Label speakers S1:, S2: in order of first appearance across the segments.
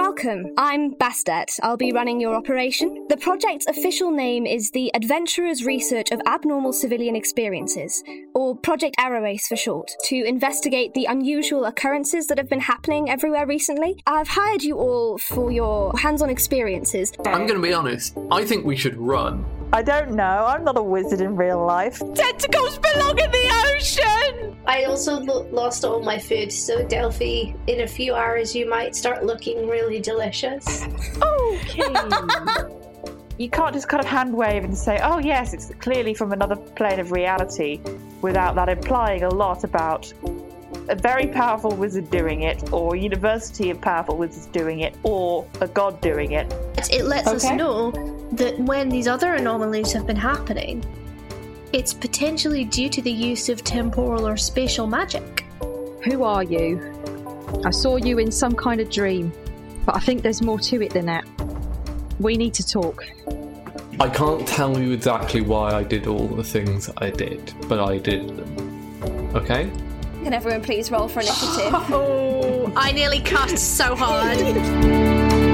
S1: Welcome, I'm Bastet. I'll be running your operation. The project's official name is the Adventurers Research of Abnormal Civilian Experiences, or Project Arrowace for short, to investigate the unusual occurrences that have been happening everywhere recently. I've hired you all for your hands on experiences.
S2: I'm going to be honest. I think we should run.
S3: I don't know. I'm not a wizard in real life.
S4: Tentacles belong in the ocean!
S5: I also lo- lost all my food, so Delphi, in a few hours, you might start looking really delicious.
S3: You can't just kind of hand wave and say, oh, yes, it's clearly from another plane of reality without that implying a lot about a very powerful wizard doing it, or a university of powerful wizards doing it, or a god doing it.
S6: But it lets us
S3: Okay.
S6: know that when these other anomalies have been happening, it's potentially due to the use of temporal or spatial magic.
S4: Who are you? I saw you in some kind of dream, but I think there's more to it than that. We need to talk.
S2: I can't tell you exactly why I did all the things I did, but I did them. Okay?
S1: Can everyone please roll for initiative?
S6: Oh, I nearly cussed so hard.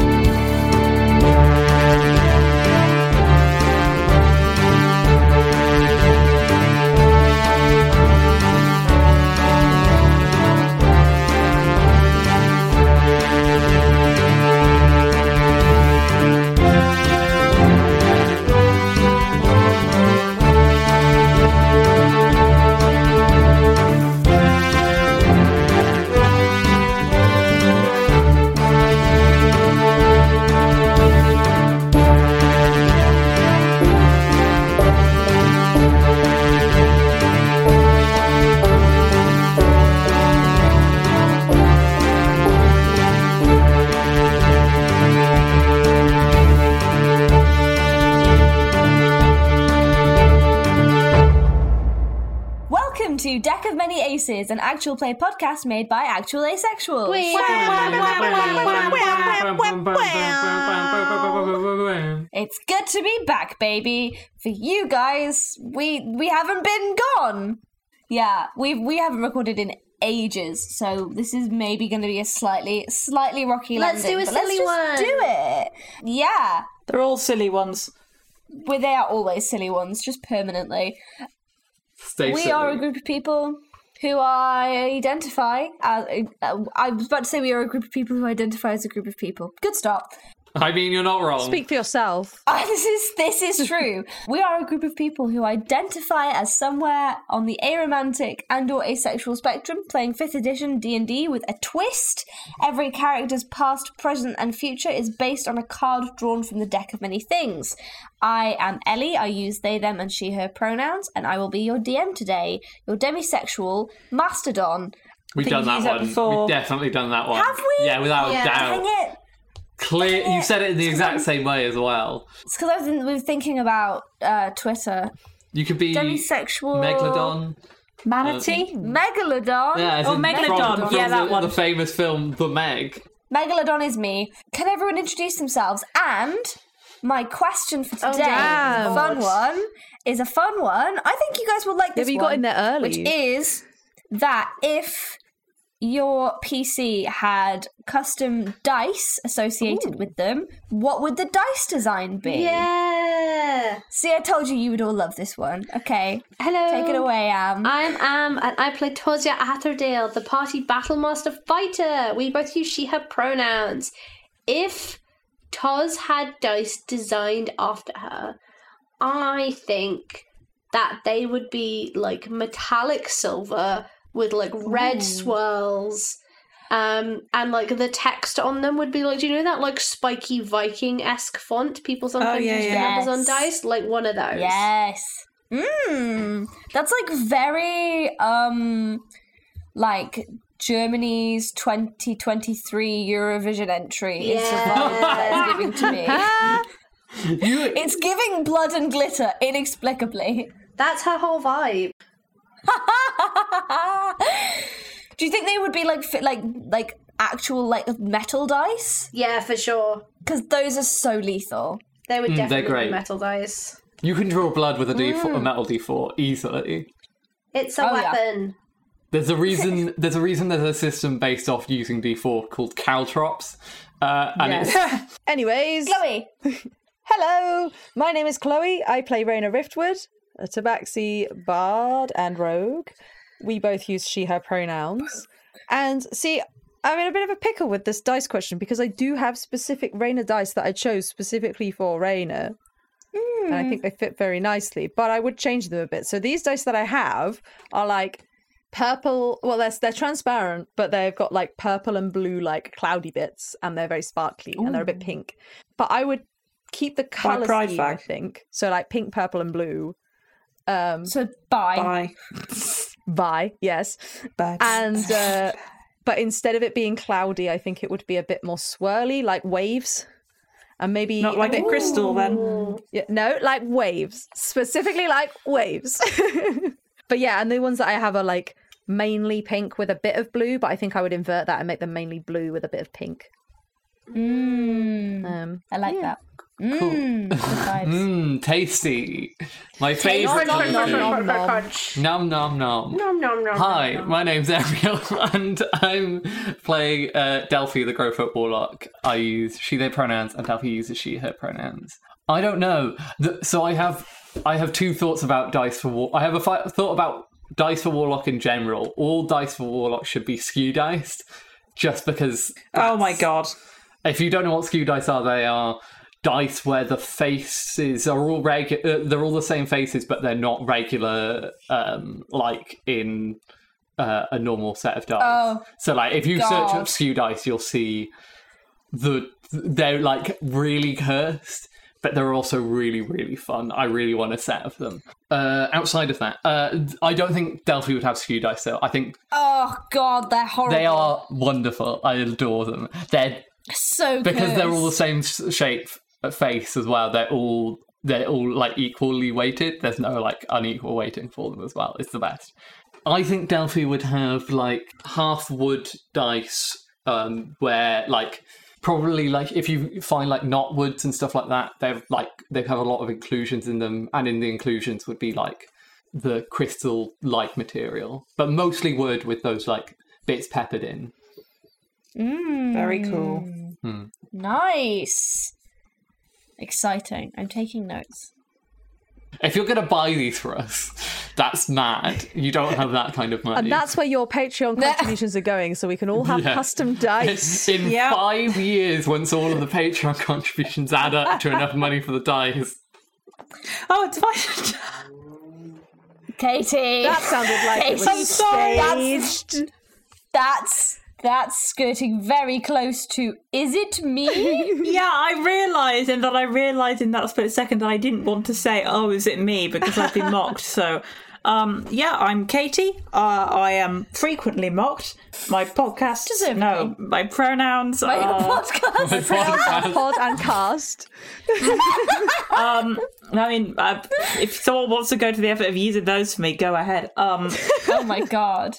S7: Welcome to Deck of Many Aces, an actual play podcast made by actual asexuals. It's good to be back, baby. For you guys, we we haven't been gone. Yeah, we we haven't recorded in ages, so this is maybe going to be a slightly slightly rocky
S6: Let's
S7: landing.
S6: do a
S7: but
S6: silly
S7: let's just
S6: one.
S7: Do it. Yeah,
S8: They're all silly ones.
S7: well, they are always silly ones, just permanently.
S2: Stay
S7: we
S2: silly.
S7: are a group of people who I identify as. uh, I was about to say we are a group of people who identify as a group of people. Good start.
S2: I mean, you're not wrong.
S4: Speak for yourself.
S7: Ah, this is this is true. we are a group of people who identify as somewhere on the aromantic and or asexual spectrum, playing fifth edition D and D with a twist. Every character's past, present, and future is based on a card drawn from the deck of many things. I am Ellie. I use they, them, and she, her pronouns, and I will be your DM today. Your demisexual mastodon.
S2: We've
S8: think
S2: done
S8: you've
S2: that
S8: used that
S2: one.
S8: before.
S2: We've definitely done that one.
S7: Have we?
S2: Yeah, without a
S6: Yeah.
S2: doubt.
S7: Dang it!
S2: Clear. You said it in the exact same way as well.
S7: It's because I was in, we were thinking about uh, Twitter.
S2: You could be
S7: Demisexual.
S2: Megalodon.
S9: Uh,
S8: Manatee?
S7: Megalodon.
S2: Yeah, as
S8: Oh,
S2: in
S8: Megalodon.
S2: From, from
S8: Yeah, that
S2: the,
S8: one.
S2: The famous film The Meg.
S7: Megalodon is me. Can everyone introduce themselves? And my question for today,
S4: damn.
S7: fun one, is a fun one. I think you guys will like
S4: Yeah,
S7: this.
S4: but you got
S7: one,
S4: in there early.
S7: Which is that if your PC had custom dice associated with them, what would the dice design be?
S5: Yeah.
S7: See, I told you you would all love this one. Okay,
S5: Hello.
S7: take it away, Am.
S5: I'm Am, and I play Tosia Atherdale, the party battlemaster fighter. We both use she, her pronouns. If Toz had dice designed after her, I think that they would be like metallic silver with like red swirls. Um, and like the text on them would be like, do you know that like spiky Viking esque font people sometimes
S8: yeah,
S5: use for
S7: Oh, yeah.
S5: numbers on
S7: Yes.
S5: dice? Like one of those.
S7: Yes. Mmm. That's like very um like Germany's 2023 Eurovision entry is the vibe that it's giving to me.
S2: You,
S7: It's giving blood and glitter inexplicably.
S5: That's her whole vibe.
S7: Do you think they would be like fit like like actual like metal dice?
S5: Yeah, for sure.
S7: Because those are so lethal.
S5: They would
S2: Mm, they're
S5: definitely
S2: great.
S5: be metal dice.
S2: you can draw blood with a, D4, a metal D4 easily.
S5: It's a
S7: Oh, yeah.
S5: weapon.
S2: There's a reason. There's a reason. There's a system based off using D4 called caltrops, Uh, and it's
S10: Anyways,
S7: Chloe,
S10: hello. My name is Chloe. I play Raina Riftwood, a tabaxi bard and rogue. We both use she, her pronouns. And see, I'm in a bit of a pickle with this dice question because I do have specific Raina dice that I chose specifically for Raina. And I think they fit very nicely, but I would change them a bit. So these dice that I have are like purple well they're, they're transparent but they've got like purple and blue like cloudy bits and they're very sparkly and they're a bit pink but i would keep the color
S11: pride
S10: scheme i
S11: flag.
S10: think so like pink purple and blue
S7: so bye.
S11: Bye.
S10: by yes
S11: Bye.
S10: and uh, but instead of it being cloudy i think it would be a bit more swirly like waves and maybe
S11: Not like a crystal then.
S10: Yeah, no, like waves, specifically like waves. but yeah, and the ones that I have are like mainly pink with a bit of blue, but I think I would invert that and make them mainly blue with a bit of pink. Um,
S7: I like that. Mmm, good vibes.
S2: mm, tasty. My
S5: Crunch,
S2: favorite.
S5: crunch,
S2: kind
S5: crunch,
S2: of
S5: crunch,
S2: food.
S5: crunch, crunch.
S2: Nom nom nom.
S5: Nom nom nom.
S2: Hi,
S5: nom, nom.
S2: my name's Ariel, and I'm playing uh, Delphi, the Crowfoot Warlock. I use she, they pronouns, and Delphi uses she, her pronouns. I don't know. The, so I have, I have two thoughts about dice for war. I have a fi- thought about dice for Warlock in general. All dice for Warlock should be skew diced, just because
S11: Oh my god.
S2: if you don't know what skew dice are, they are dice where the faces are all regular. Uh, they're all the same faces, but they're not regular, um, like in uh, a normal set of dice.
S7: Oh,
S2: so, like if you search up
S7: God.
S2: skew dice, you'll see the they're like really cursed. But they're also really, really fun. I really want a set of them. Uh, outside of that, uh, I don't think Delphi would have skew dice though. I think
S7: Oh god, they're horrible.
S2: they are wonderful. I adore them. They're
S7: so
S2: because they're all the
S7: cursed.
S2: same s- shape uh, face as well they're all they're all like equally weighted there's no like unequal weighting for them as well it's the best i think delphi would have like half wood dice um where like probably like if you find like knot woods and stuff like that they've like they have a lot of inclusions in them and in the inclusions would be like the crystal like material but mostly wood with those like bits peppered in
S11: Very cool.
S7: nice. Exciting. I'm taking notes.
S2: If you're going to buy these for us, that's mad. You don't have that kind of money.
S10: and that's where your Patreon contributions are going, so we can all have
S2: Yeah.
S10: custom dice.
S2: in
S11: Yeah.
S2: five years, once all of the Patreon contributions add up to enough money for the dice.
S11: Oh, it's my.
S7: Katie,
S10: that sounded like it
S7: I'm
S10: was
S7: sorry, that's-
S10: staged.
S7: that's that's skirting very close to. Is it me?
S11: Yeah, I realised, and that I realised in that split second that I didn't want to say, "Oh, is it me?" because I've been mocked. So, um, yeah, I'm Katie. Uh, I am frequently mocked. My podcast,
S7: Deservedly.
S11: no, my pronouns
S7: My
S11: are
S7: podcast.
S10: Pod and cast.
S11: Um, I mean, uh, if someone wants to go to the effort of using those for me, go ahead. Um,
S7: Oh my god.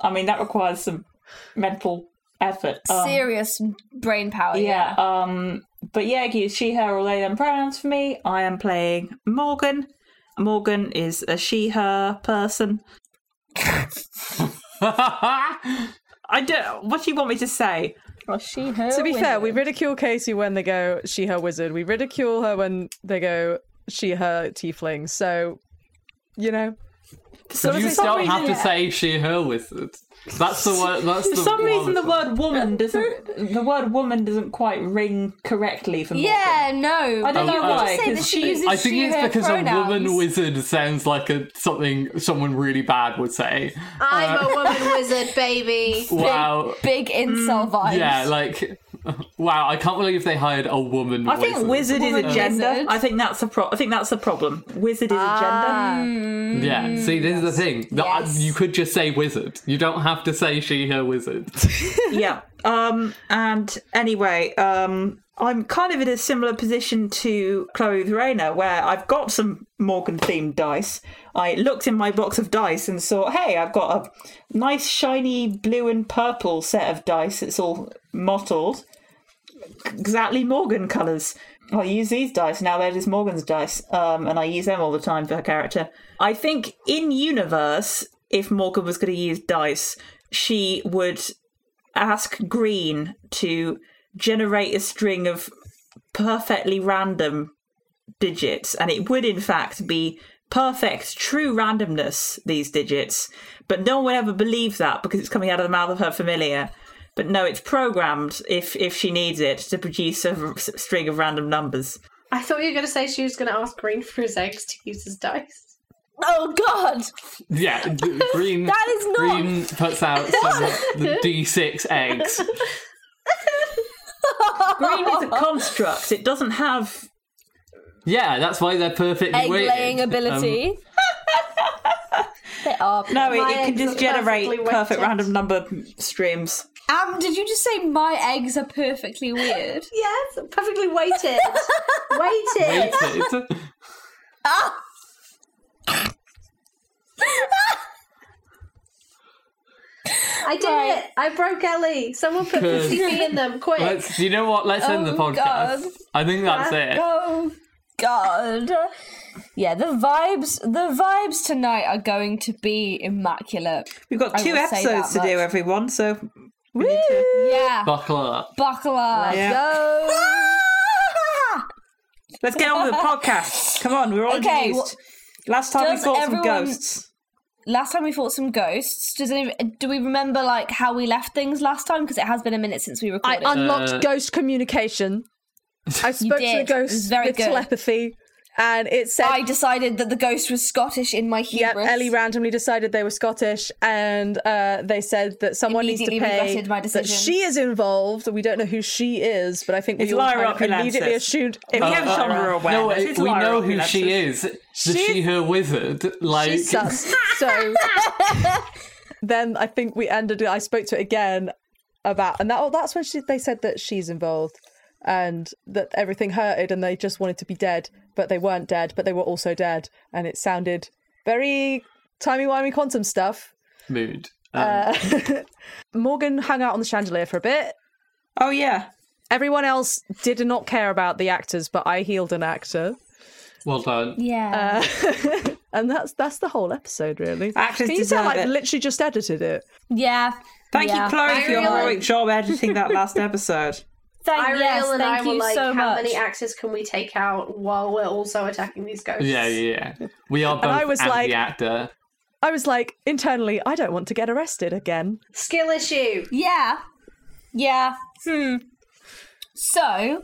S11: I mean, that requires some mental effort. Um,
S7: Serious brain power.
S11: yeah.
S7: Yeah.
S11: Um, but yeah, use she, her, or they, them pronouns for me. I am playing Morgan. Morgan is a she, her person. I don't. What do you want me to say?
S7: She, her,
S10: To be fair, we
S7: wizard.
S10: ridicule Casey when they go she her wizard. We ridicule her when they go she her tiefling. So, you know,
S11: So
S2: you still have to say she, her wizard. That's the word. That's
S11: For
S2: the
S11: some reason, the
S2: wonderful-
S11: word woman doesn't. The word woman doesn't quite ring correctly for me.
S7: Yeah, no.
S11: I don't know
S2: I- I-
S11: why.
S7: Say that
S11: 'cause
S7: she uses
S2: I think
S7: she,
S2: it's
S7: her
S2: because
S7: pronouns.
S2: a woman wizard sounds like a something someone really bad would say.
S5: I'm
S2: Uh,
S5: a woman wizard, baby.
S2: Wow.
S7: Big incel vibes.
S2: Mm, Yeah, like wow. I can't believe they hired a woman.
S11: I think wizard is a
S7: Woman
S11: gender.
S7: wizard.
S11: I think that's a pro- I think that's the problem. Wizard is a gender.
S2: Yeah, see, this is the thing. The- uh,
S7: Mm, Yes.
S2: You could just say wizard. You don't have to say she, her wizard.
S11: yeah. Um, and anyway, um, I'm kind of in a similar position to Chloe with Raina, where I've got some Morgan themed dice. I looked in my box of dice and saw, hey, I've got a nice shiny blue and purple set of dice. It's all mottled, exactly Morgan colours. I use these dice now. They're just Morgan's dice, um, and I use them all the time for her character. I think in universe, if Morgan was going to use dice, she would ask Green to generate a string of perfectly random digits, and it would in fact be perfect, true randomness, these digits. But no one would ever believe that because it's coming out of the mouth of her familiar. But no, it's programmed if if she needs it to produce a r- s- string of random numbers.
S5: I thought you were going to say she was going to ask Green for his eggs to use as dice.
S7: Oh God!
S2: Yeah, d- green.
S7: That is not-
S2: Green puts out some of the D6 eggs.
S11: Green is a construct; it doesn't have.
S2: Yeah, that's why they're perfectly
S7: Egg
S2: weighted.
S7: laying
S2: Um,
S7: ability. they are.
S11: No, it,
S5: My
S11: it can
S5: eggs
S11: just
S5: are
S11: generate
S5: perfectly
S11: perfect
S5: weighted.
S11: random number streams.
S7: Um, did you just say my eggs are perfectly weird?
S5: Yes, perfectly weighted. weighted.
S2: weighted.
S5: I did it. I broke Ellie. Someone put
S2: Good.
S5: PCB in them. Quick.
S2: Let's. You know what? Let's end the
S7: Oh,
S2: podcast.
S7: God.
S2: I think that's it.
S7: Oh God. Yeah, the vibes. The vibes tonight are going to be immaculate.
S11: We've got
S7: I
S11: two
S7: will say that
S11: episodes to do,
S7: much.
S11: everyone. So
S7: Yeah.
S2: Buckle up.
S7: Buckle up.
S11: Yeah.
S7: Go.
S11: let's get on with the podcast. Come on, we're all
S7: Okay,
S11: introduced. Last time we
S7: does
S11: fought
S7: everyone-
S11: some ghosts.
S7: last time we fought some ghosts. Does any, do we remember like how we left things last time? Because it has been a minute since we
S10: I
S7: recorded.
S10: unlocked
S2: Uh,
S10: ghost communication. I spoke to the
S7: did. It was
S10: ghost
S7: very
S10: with
S7: good.
S10: telepathy, and it said,
S7: I decided that the ghost was Scottish in my
S10: "Yep."
S7: hubris.
S10: Ellie randomly decided they were Scottish, and uh, they said that someone needs to
S7: Immediately
S10: pay.
S7: regretted my
S10: That
S7: decision.
S10: she is uh, involved. We don't know who she is, but I think
S11: It's
S10: we all
S11: Lyra
S10: kind of
S11: Opulensis.
S10: immediately assumed.
S11: If you have
S2: Uh,
S11: genre awareness,
S2: no, wait,
S11: it's
S2: we
S11: Lyra
S2: know
S11: Opulensis.
S2: who she is. The
S10: She's-
S2: she, her wizard. Like,
S10: She's sus. So then I think we ended it. I spoke to it again about, and that oh, that's when she, they said that she's involved and that everything hurted and they just wanted to be dead, but they weren't dead, but they were also dead. And it sounded very timey-wimey quantum stuff.
S2: mood. Um,
S10: Morgan hung out on the chandelier for a bit.
S11: Oh yeah,
S10: Everyone else did not care about the actors, but I healed an actor.
S2: well done.
S7: yeah.
S10: And that's that's the whole episode, really. Can
S11: Actors
S10: you tell
S11: deserve
S10: I
S11: it.
S10: literally just edited it?
S7: yeah.
S11: Thank
S7: Yeah.
S11: you, Chloe,
S5: I
S11: for your
S5: really-
S11: heroic job editing that last episode.
S7: Thank,
S5: Ariel
S7: yes,
S5: and I
S7: thank
S5: were
S7: you
S5: like,
S7: so
S5: how
S7: much.
S5: many axes can we take out while we're also attacking these ghosts?
S2: Yeah, yeah, yeah. We are both
S10: I was
S2: and
S10: like-
S2: the actor.
S10: I was like, internally, I don't want to get arrested again.
S5: Skill issue.
S7: Yeah. Yeah. Hmm. So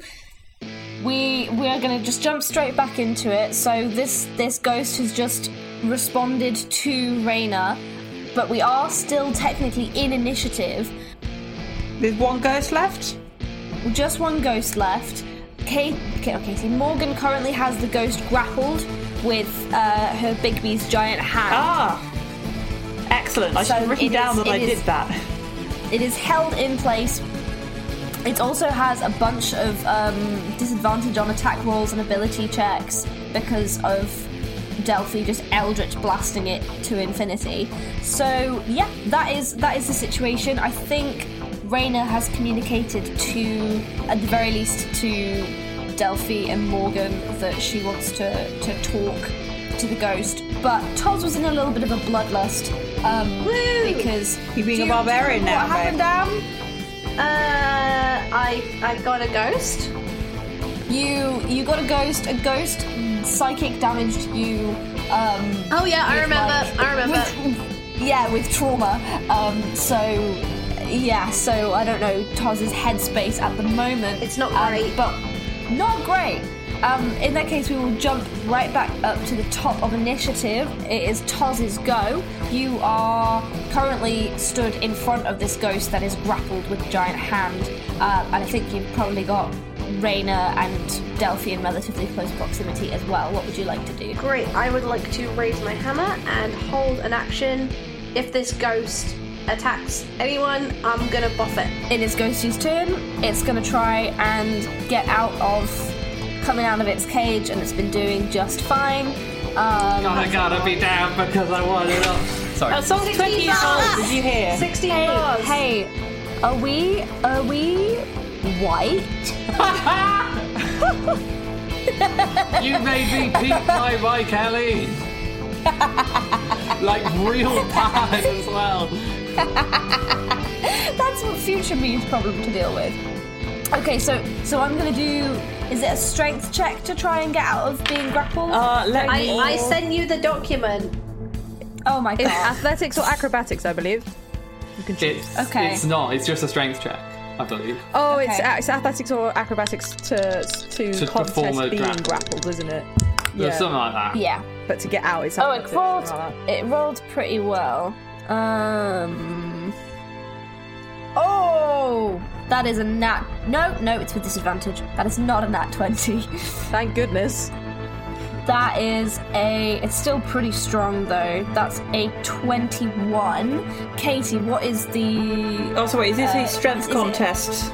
S7: we we are going to just jump straight back into it. So this this ghost has just responded to Rayna, but we are still technically in initiative.
S11: There's one ghost left.
S7: Just one ghost left. Kate, okay, okay, see, Morgan currently has the ghost grappled with uh, her Bigby's giant hand.
S11: Ah, excellent. I
S7: So
S11: should have written
S7: it
S11: down
S7: is-
S11: that I
S7: it
S11: did
S7: is-
S11: that.
S7: It is held in place. It also has a bunch of um, disadvantage on attack rolls and ability checks because of Delphi just eldritch blasting it to
S1: Ah.
S7: infinity. So yeah, that is that is the situation. I think Rayna has communicated to, at the very least, to Delphi and Morgan that she wants to to talk to the ghost. But Toz was in a little bit of a bloodlust um, because
S11: You're being
S7: do
S11: a
S7: you
S11: barbarian
S7: remember
S11: now,
S7: What happened,
S11: babe.
S7: Am?
S5: Uh, I I got a ghost.
S7: You you got a ghost. A ghost psychic damaged you. Um,
S5: Oh yeah, I
S7: with,
S5: remember.
S7: like-
S5: I remember.
S7: with- yeah, with trauma. Um, so yeah, so I don't know Toz's headspace at the moment.
S5: It's not
S7: um,
S5: great.
S7: but not great. Um, in that case, we will jump right back up to the top of initiative. It is Toz's go. You are currently stood in front of this ghost that is grappled with giant hand, uh, and I think you've probably got Rayna and Delphi in relatively close proximity as well. What would you like to do?
S5: Great. I would like to raise my hammer and hold an action. If this ghost attacks anyone, I'm gonna buff it.
S7: It is Ghosty's turn. It's going to try and get out of coming out of its cage, and it's been doing just fine. Um,
S2: I gotta be down because I want it all. Sorry.
S11: Song 20 years old. Did you hear?
S5: 16
S7: hey,
S5: bars.
S7: hey, are we are we white?
S2: you made me peep my bike, Ellie. like real bad as well.
S7: That's what future me's problem to deal with. Okay, so so I'm gonna do. Is it a strength check to try and get out of being grappled?
S11: Uh, let
S5: I,
S11: me.
S5: I send you the document.
S7: oh my
S5: It's
S7: god.
S10: Athletics or acrobatics, I believe.
S2: It's,
S7: Okay.
S2: it's not. It's just a strength check, I believe.
S10: Oh, it's,
S7: Okay.
S10: a- it's athletics or acrobatics to to,
S2: To
S10: contest
S2: perform a
S10: being
S2: grapple.
S10: grappled, isn't it?
S2: There's something like that.
S7: yeah.
S10: But to get out, it's
S7: Oh, it
S10: athletics.
S7: rolled. It rolled pretty well. Um. Oh, that is a nat. No, no, it's with disadvantage. That is not a nat twenty.
S10: Thank goodness.
S7: That is a. It's still pretty strong though. That's a twenty-one. Katie, what is the?
S11: Also, wait, is this a strength
S7: is it-
S11: contest?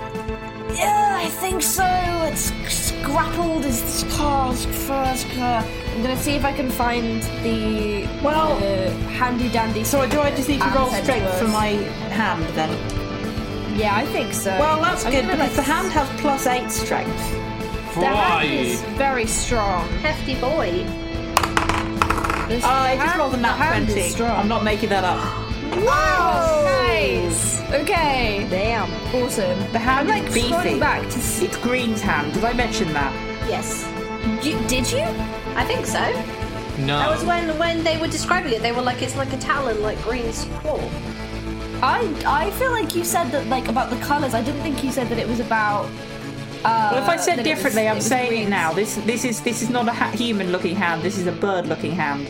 S7: Yeah, I think so. It's, it's grappled. Is this cast first? I'm gonna see if I can find the
S11: Well-
S7: uh, handy dandy.
S11: Uh, So do I just need to
S7: Um,
S11: roll
S7: said
S11: strength
S7: words.
S11: for my hand then?
S7: yeah, I think so.
S11: Well, that's
S7: I'm
S11: good
S7: gonna,
S11: because the
S7: like,
S11: hand has plus eight strength.
S7: The
S2: Why?
S7: hand is very strong.
S5: Hefty boy.
S7: This
S11: I just
S7: hand-
S11: rolled a
S7: the
S11: nat
S7: hand is
S11: twenty.
S7: strong.
S11: I'm not making that up.
S7: Nice. Okay.
S10: Damn.
S7: Awesome.
S11: The hand
S7: I'm like
S11: is beefy.
S7: scrolling back to see.
S11: It's Green's hand. Did I mention that?
S5: Yes.
S7: You, did you?
S5: I think so.
S2: No.
S5: That was when when they were describing it. They were like, it's like a talon, like green's claw.
S7: I I feel like you said that like about the colours. I didn't think you said that it was about. Uh,
S11: Well, if I said
S7: that it was-
S11: differently,
S7: it
S11: I'm
S7: was
S11: saying it
S7: green.
S11: now. This this is this is not a ha- human-looking hand. This is a bird-looking hand.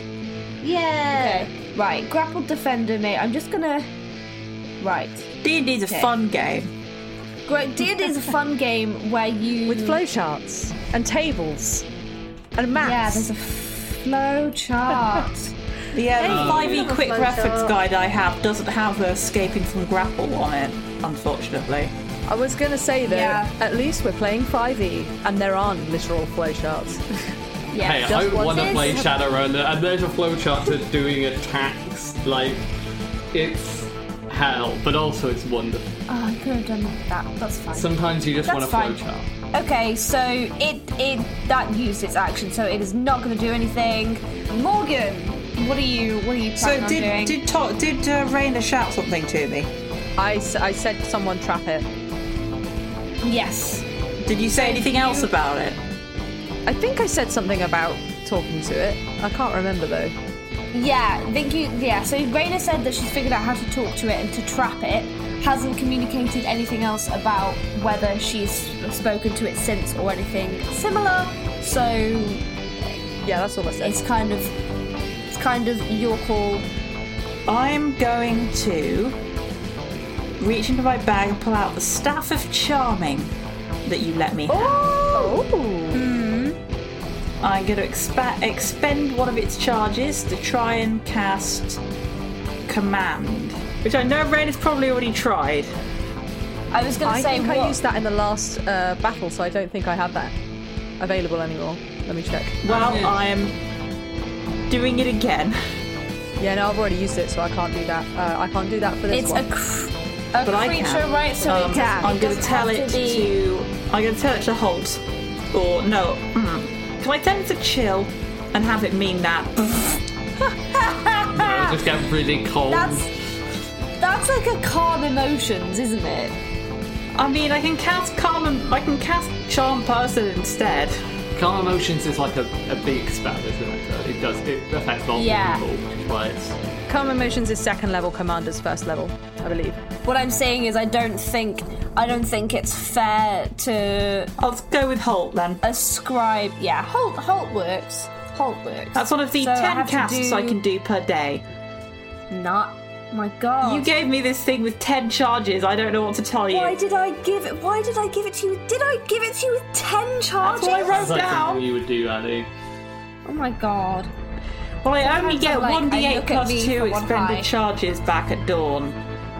S5: Yeah.
S7: Okay. Right, grappled defender, mate. I'm just gonna. Right.
S11: D&D is a fun game.
S7: Great. D&D is a fun game where you
S10: With flowcharts and tables and
S7: Yeah,
S10: maps.
S7: there's a flow chart.
S11: The um,
S5: you
S11: 5e
S5: have a
S11: quick
S5: flow
S11: reference
S5: chart.
S11: guide I have doesn't have the escaping from grapple on it, unfortunately.
S10: I was going to say though,
S7: Yeah.
S10: at least we're playing 5e and there aren't literal flowcharts.
S7: yeah.
S2: Hey, I
S10: just one
S2: want to
S7: thing.
S2: play Shadowrun, and there's a flowchart to doing attacks. Like, it's hell, but also it's wonderful.
S7: Oh, I could have done that. That's fine.
S2: Sometimes you just want a
S7: That's fine.
S2: flowchart.
S7: Okay, so it it that used its action, so it is not going to do anything. Morgan, what are you what are you planning
S11: So
S7: on doing?
S11: did did talk, did uh, Raina shout something to me?
S10: I, s- I said someone trap it.
S7: yes.
S11: Did you say anything else about it?
S10: I think I said something about talking to it. I can't remember though.
S7: Yeah, I think you. Yeah, so Raina said that she's figured out how to talk to it and to trap it. Hasn't communicated anything else about whether she's spoken to it since or anything similar. So
S10: Yeah, that's all I said.
S7: it's kind of it's kind of your call.
S11: I'm going to reach into my bag and pull out the staff of charming that you let me have.
S7: Oh.
S11: I'm going to expa- expend one of its charges to try and cast command, which I know Rain has probably already tried.
S7: I was going
S10: I
S7: to say
S10: think
S7: what?
S10: I used that in the last uh, battle, so I don't think I have that available anymore. Let me check.
S7: Oh,
S11: Well, I am doing it again,
S10: Yeah, no, I've already used it, so I can't do that. Uh, I can't do that for this
S7: it's
S10: one.
S7: a, cr- a
S11: but I
S7: creature,
S11: can.
S7: right? So
S11: Um,
S7: it can.
S11: I'm
S7: It
S11: going to
S7: doesn't
S11: tell
S7: have
S11: it to,
S7: be-
S11: I'm going to tell it to halt, or no, mm.
S7: Mm-hmm.
S11: can I tell it to chill and have it mean that?
S2: It'll just get really cold.
S7: Ah! That's that's like a calm emotions, isn't it?
S11: I mean, I can cast calm. and- I can cast charm person instead.
S2: Calm emotions is like a, a big spell, isn't it? It does it affects multiple
S7: Yeah.
S2: people, which is why it's
S10: Calm Emotions is second level, Commander's first level, I believe.
S7: What I'm saying is, I don't think I don't think it's fair to
S11: I'll go with halt then.
S7: ascribe. Yeah, halt halt works. Halt works.
S11: That's one of the
S7: So I
S11: ten
S7: have to
S11: casts
S7: do-
S11: I can do per day.
S7: Not my god.
S11: You gave me this thing with ten charges. I don't know what to tell you.
S7: Why did I give it? Why did I give it to you? Did I give it to you with ten
S11: That's
S7: charges?
S11: what I
S2: it's
S11: wrote
S2: like something
S11: down.
S2: you would do, Annie.
S7: Oh my god.
S11: Well, I only
S7: Sometimes
S11: get
S7: I'm like,
S11: one
S7: I
S11: d8
S7: look at
S11: plus
S7: me
S11: two
S7: from on high.
S11: expended charges back at dawn,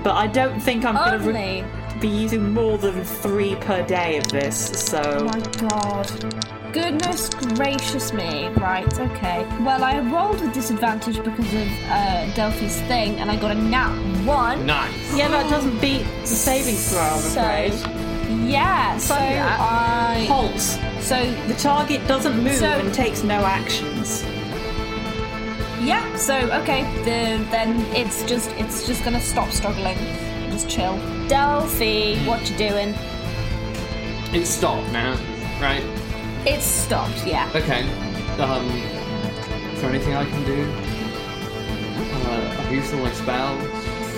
S11: but I don't think I'm going to
S7: Only.
S11: be using more than three per day of this. So
S7: My god. Goodness gracious me. Right, okay. Well, I rolled with disadvantage because of uh, Delphi's thing, and I got a nat one.
S2: Nice.
S11: yeah, that doesn't beat the saving throw. I'm
S7: So-
S11: afraid.
S7: Yeah, so
S11: that.
S7: I.
S11: Halt.
S7: So
S11: The target doesn't move
S7: So-
S11: and takes no actions.
S7: Yeah. So okay, the, then it's just it's just gonna stop struggling, just chill. Delphi, what you doing?
S2: It's stopped now, right?
S7: It's stopped, yeah.
S2: Okay. Um, is there anything I can do? Uh, I've used all my spells.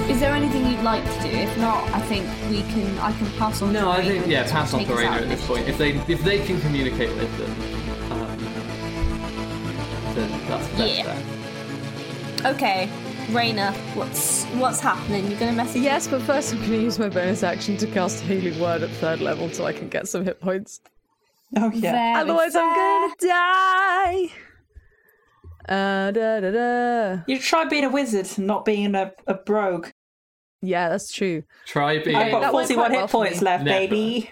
S7: Is there anything you'd like to do? If not, I think we can. I can pass on.
S2: No,
S7: to
S2: I
S7: Raina
S2: think yeah,
S7: to
S2: pass on
S7: take
S2: to
S7: us out
S2: Raina
S7: of
S2: at this
S7: this.
S2: point. If they if they can communicate with them, um, then that's best.
S7: Yeah.
S2: then.
S7: Okay, Raina, what's what's happening? You're gonna message.
S10: Yes, but first I'm going to use my bonus action to cast Healing Word at third level so I can get some hit points.
S11: Oh yeah.
S7: Very
S10: Otherwise, I'm going to die. Uh, da, da, da.
S11: You try being a wizard, not being a, a brogue.
S10: Yeah, that's true.
S2: Try being.
S11: I've got
S10: that went
S11: 41
S10: quite well
S11: hit
S10: for
S11: points
S10: me.
S11: left,
S2: Never.
S11: baby.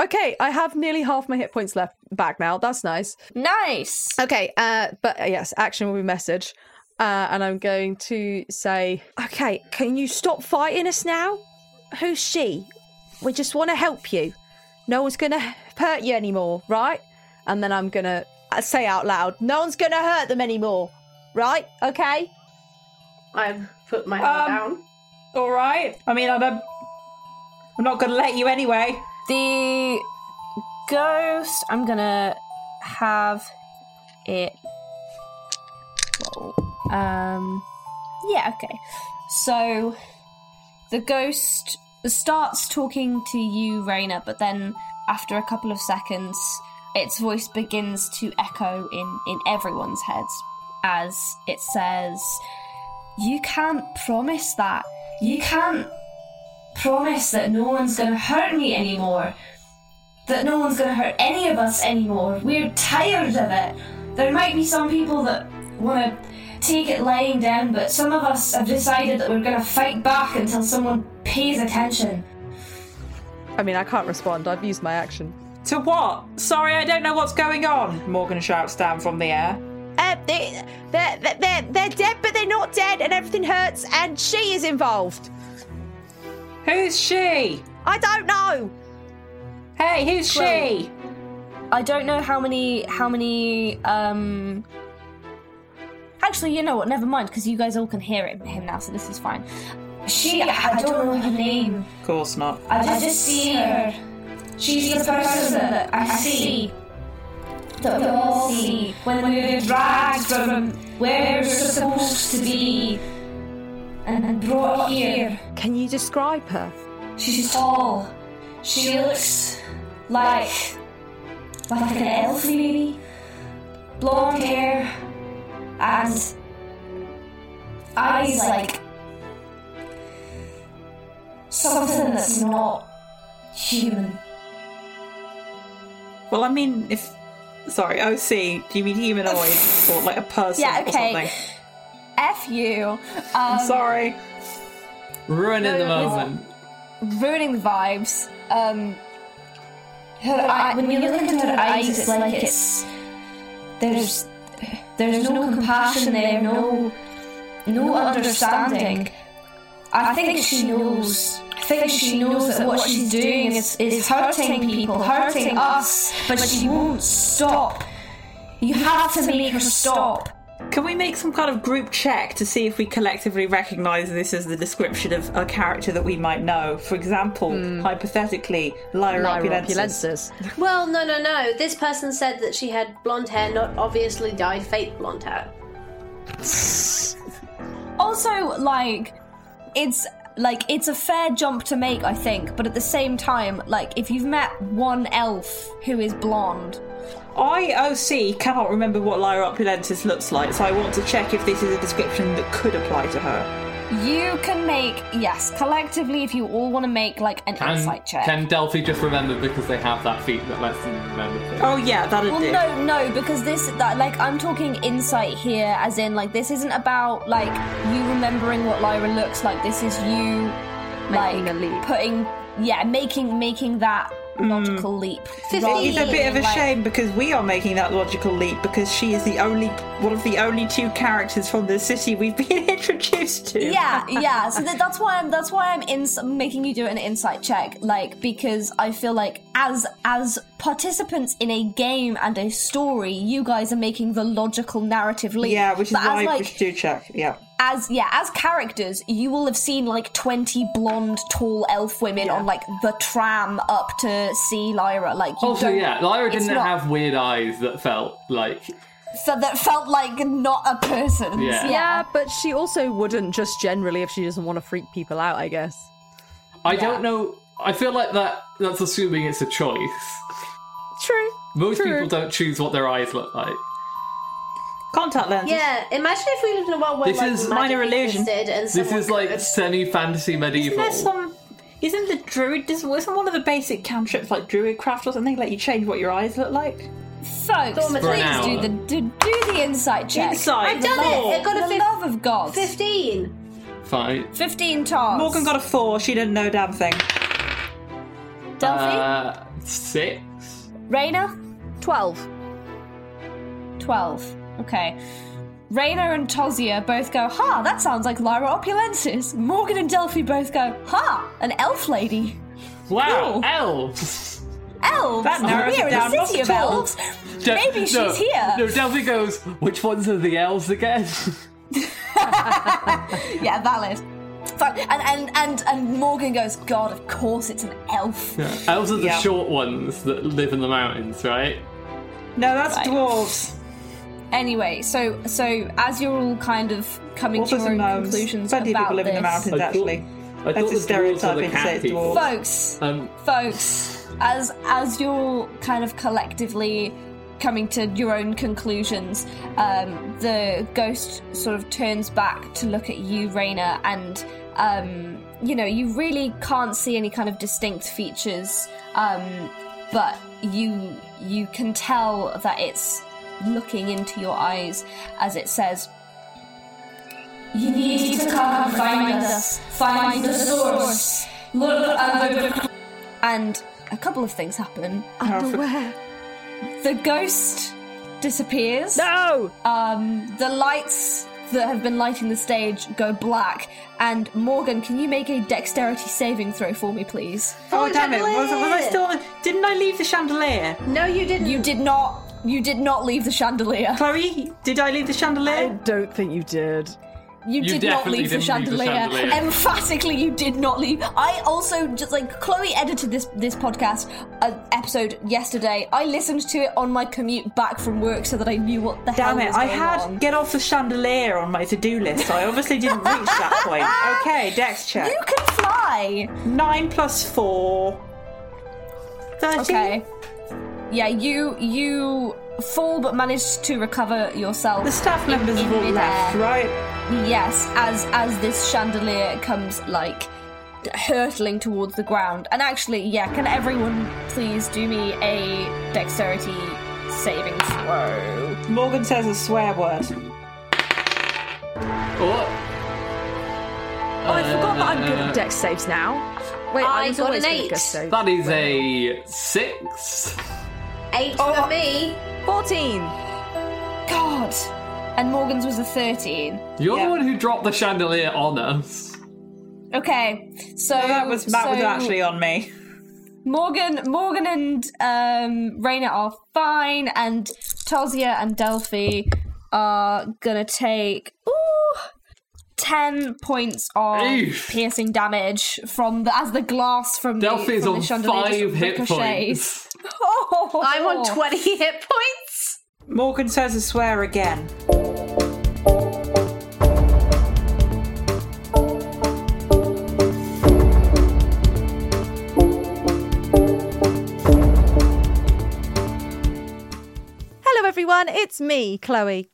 S10: Okay, I have nearly half my hit points left back now. That's nice.
S7: nice.
S10: Okay, uh, but uh, yes, action will be message. Uh, and I'm going to say, okay, can you stop fighting us now? Who's she? We just want to help you. No one's going to hurt you anymore, right? And then I'm going to say out loud, no one's going to hurt them anymore, right? Okay?
S5: I've put my hand down.
S11: All right. I mean, I don't, I'm not going to let you anyway.
S7: The ghost. I'm gonna have it. Roll. Um. Yeah. Okay. So the ghost starts talking to you, Raina, but then after a couple of seconds, its voice begins to echo in in everyone's heads as it says, "You can't promise that. You can't." promise that no one's going to hurt me anymore. That no one's going to hurt any of us anymore. We're tired of it. There might be some people that want to take it lying down, but some of us have decided that we're going to fight back until someone pays attention.
S10: I mean, I can't respond. I've used my action.
S11: To what? Sorry, I don't know what's going on. Morgan shouts down from the air.
S10: Uh, they, they're, they're, they're dead, but they're not dead, and everything hurts, and she is involved.
S11: Who's she?
S10: I don't know.
S11: Hey, who's she?
S7: I don't know how many how many um Actually, you know what? Never mind, because you guys all can hear it, him now, so this is fine. She, I don't know her name.
S11: Of course not.
S7: I just, see her. She's the person that I see. That we all see when we're dragged from where we're supposed to be and, and brought here.
S10: Can you describe her?
S7: She's tall. She looks like like an elf, maybe. Blonde hair and eyes like something that's not human.
S11: Well, I mean, if. Sorry, OC. Do you mean humanoid or like a person
S7: Yeah,
S11: or
S7: okay.
S11: something?
S7: F you.
S11: I'm sorry.
S2: Ruining the
S7: no, it's-
S2: moment.
S7: ruining the vibes. Um, her eye, when you look into her eyes, it's like it's there's there's no compassion there, no no understanding. I think she knows. I think she knows that what she's doing is, is hurting people, hurting us, but she won't stop. You have to make her stop.
S11: Can we make some kind of group check to see if we collectively recognise this as the description of a character that we might know? For example, hypothetically, Lyra, Opulensis.
S5: Well, no, no, no. This person said that she had blonde hair, not obviously dyed fake blonde hair.
S7: also like it's like it's a fair jump to make i think but at the same time like if you've met one elf who is blonde
S11: I, OC, cannot remember what Lyra Opulensis looks like, so I want to check if this is a description that could apply to her.
S7: you can make yes collectively if you all want to make like an
S2: Can,
S7: insight check
S2: can Delphi just remember because they have that feat that lets them remember things?
S11: Oh, yeah, that'd
S7: well
S11: do.
S7: no no because this that like i'm talking insight here as in like this isn't about like you remembering what lyra looks like this is you like
S12: Making a leap. Mm.
S7: putting yeah making making that logical leap rather
S11: It's a bit of a
S7: than, like-
S11: shame because we are making that logical leap because she is the only one of the only two characters from the city we've been introduced to.
S7: yeah yeah so that, that's why i'm that's why i'm in making you do an insight check like because i feel like as as participants in a game and a story you guys are making the logical narrative leap
S11: Yeah, which is
S7: but
S11: why
S7: as
S11: we
S7: like
S11: should do check. Yeah.
S7: as yeah, as characters, you will have seen like twenty blonde, tall elf women on like the tram up to see Lyra. Like you
S2: Also,
S7: don't-
S2: yeah, Lyra
S7: it's
S2: didn't
S7: not-
S2: have weird eyes that felt like
S7: so that felt like not a person.
S2: Yeah.
S1: Yeah, but she also wouldn't just generally if she doesn't want to freak people out, I guess.
S2: I don't know. I feel like that. That's assuming it's a choice.
S1: True.
S2: Most
S1: True.
S2: people don't choose what their eyes look like.
S11: Contact lenses.
S5: Yeah, imagine if we lived in a world where
S2: This
S5: like,
S2: is
S5: magic
S11: minor illusion.
S5: existed and
S2: This
S5: someone
S2: is like
S5: could-
S2: semi fantasy
S11: Isn't
S2: medieval.
S11: there some? Isn't the druid? Isn't isn't one of the basic cantrips like druidcraft or something? Let you change what your eyes look like.
S7: folks,
S5: For an
S7: please do
S2: hour.
S7: the do, do the insight check.
S11: Insight.
S5: I've done it. It got
S7: For
S5: a
S7: the
S5: fif-
S7: love of God,
S5: fifteen.
S2: Fine.
S7: fifteen times.
S11: Morgan got a four. She didn't know a damn thing.
S7: Delphi,
S2: Uh, six.
S7: Raina,
S1: 12.
S7: 12. Okay. Raina and Tozia both go, ha, that sounds like Lyra Opulensis. Morgan and Delphi both go, ha, an elf lady.
S2: Wow,
S7: Cool.
S2: elves.
S7: Elves!
S11: That narrows
S7: We're
S11: it
S7: in
S11: down,
S7: the
S11: not
S7: city of
S11: at all.
S7: elves.
S2: De-
S7: Maybe she's
S2: no,
S7: here.
S2: No, Delphi goes. Which ones are the elves again?
S7: Yeah, valid. So- And, and, and, and Morgan goes, God, of course it's an elf.
S2: elves are the
S11: Yeah.
S2: short ones that live in the mountains, right?
S11: No, that's
S7: Right.
S11: dwarves.
S7: Anyway, so so as you're all kind of coming
S11: Also
S7: to your
S11: some
S7: own
S11: gnomes.
S7: conclusions
S11: Plenty of
S7: about
S11: people live
S7: this,
S11: in the mountains.
S2: I thought-
S11: Actually,
S2: I
S11: That's
S2: thought
S11: a
S2: the dwarves are
S11: stereotype
S2: the
S11: in
S2: cat
S11: says
S2: people.
S11: dwarves.
S7: folks,
S2: Um,
S7: folks as as you're kind of collectively coming to your own conclusions um, the ghost sort of turns back to look at you Raina and um, you know you really can't see any kind of distinct features um, but you you can tell that it's looking into your eyes as it says you need to come and find us find the source look under the and a couple of things happen.
S1: Underwear.
S7: The ghost disappears.
S1: No!
S7: Um, the lights that have been lighting the stage go black. And Morgan, can you make a dexterity saving throw for me, please?
S11: Oh, damn it! Was, was I still? on- Didn't I leave the chandelier?
S5: No, you didn't.
S7: You did not. You did not leave the chandelier.
S11: Chloe, did I leave the
S1: I
S11: chandelier?
S1: don't think you did.
S7: You,
S2: You
S7: did not
S2: definitely
S7: leave the,
S2: didn't leave the
S7: chandelier.
S2: chandelier.
S7: Emphatically, you did not leave. I also just like Chloe edited this this podcast uh, episode yesterday. I listened to it on my commute back from work so that I knew what the hell
S11: Damn it!
S7: was
S11: I
S7: going
S11: had
S7: on.
S11: get off the chandelier on my to-do list. So I obviously didn't reach that point. Okay, Dex check.
S7: You can fly.
S11: Nine plus four. Thirteen.
S7: Okay. Yeah, you you fall but manage to recover yourself.
S11: The staff members
S7: in
S11: have all left,
S7: midair.
S11: right?
S7: Yes, as as this chandelier comes like hurtling towards the ground. And actually, yeah, can everyone please do me a dexterity saving throw?
S11: Morgan says a swear word.
S2: oh,
S1: Oh, I forgot that I'm good at dex saves now. Wait,
S5: I
S1: I was
S5: got
S1: always
S5: an
S1: good at dex
S5: eight.
S1: saves.
S2: that is a six.
S5: Eight for me.
S1: 14.
S7: Oh, God. And Morgan's was a 13.
S2: You're the one who dropped the chandelier on us.
S7: Okay. So
S11: That was that was
S7: so-
S11: actually on me.
S7: Morgan, Morgan, and um, Raina are fine, and Tozia and Delphi are gonna take ooh, ten points of
S2: Oof.
S7: piercing damage from the as the glass from the,
S2: Delphi's
S7: from
S2: on
S7: the chandelier just
S2: five hit
S7: ricochets.
S2: points.
S7: Oh,
S5: I'm on twenty hit points.
S11: Morgan says a swear again.
S10: Hello, everyone. It's me, Chloe.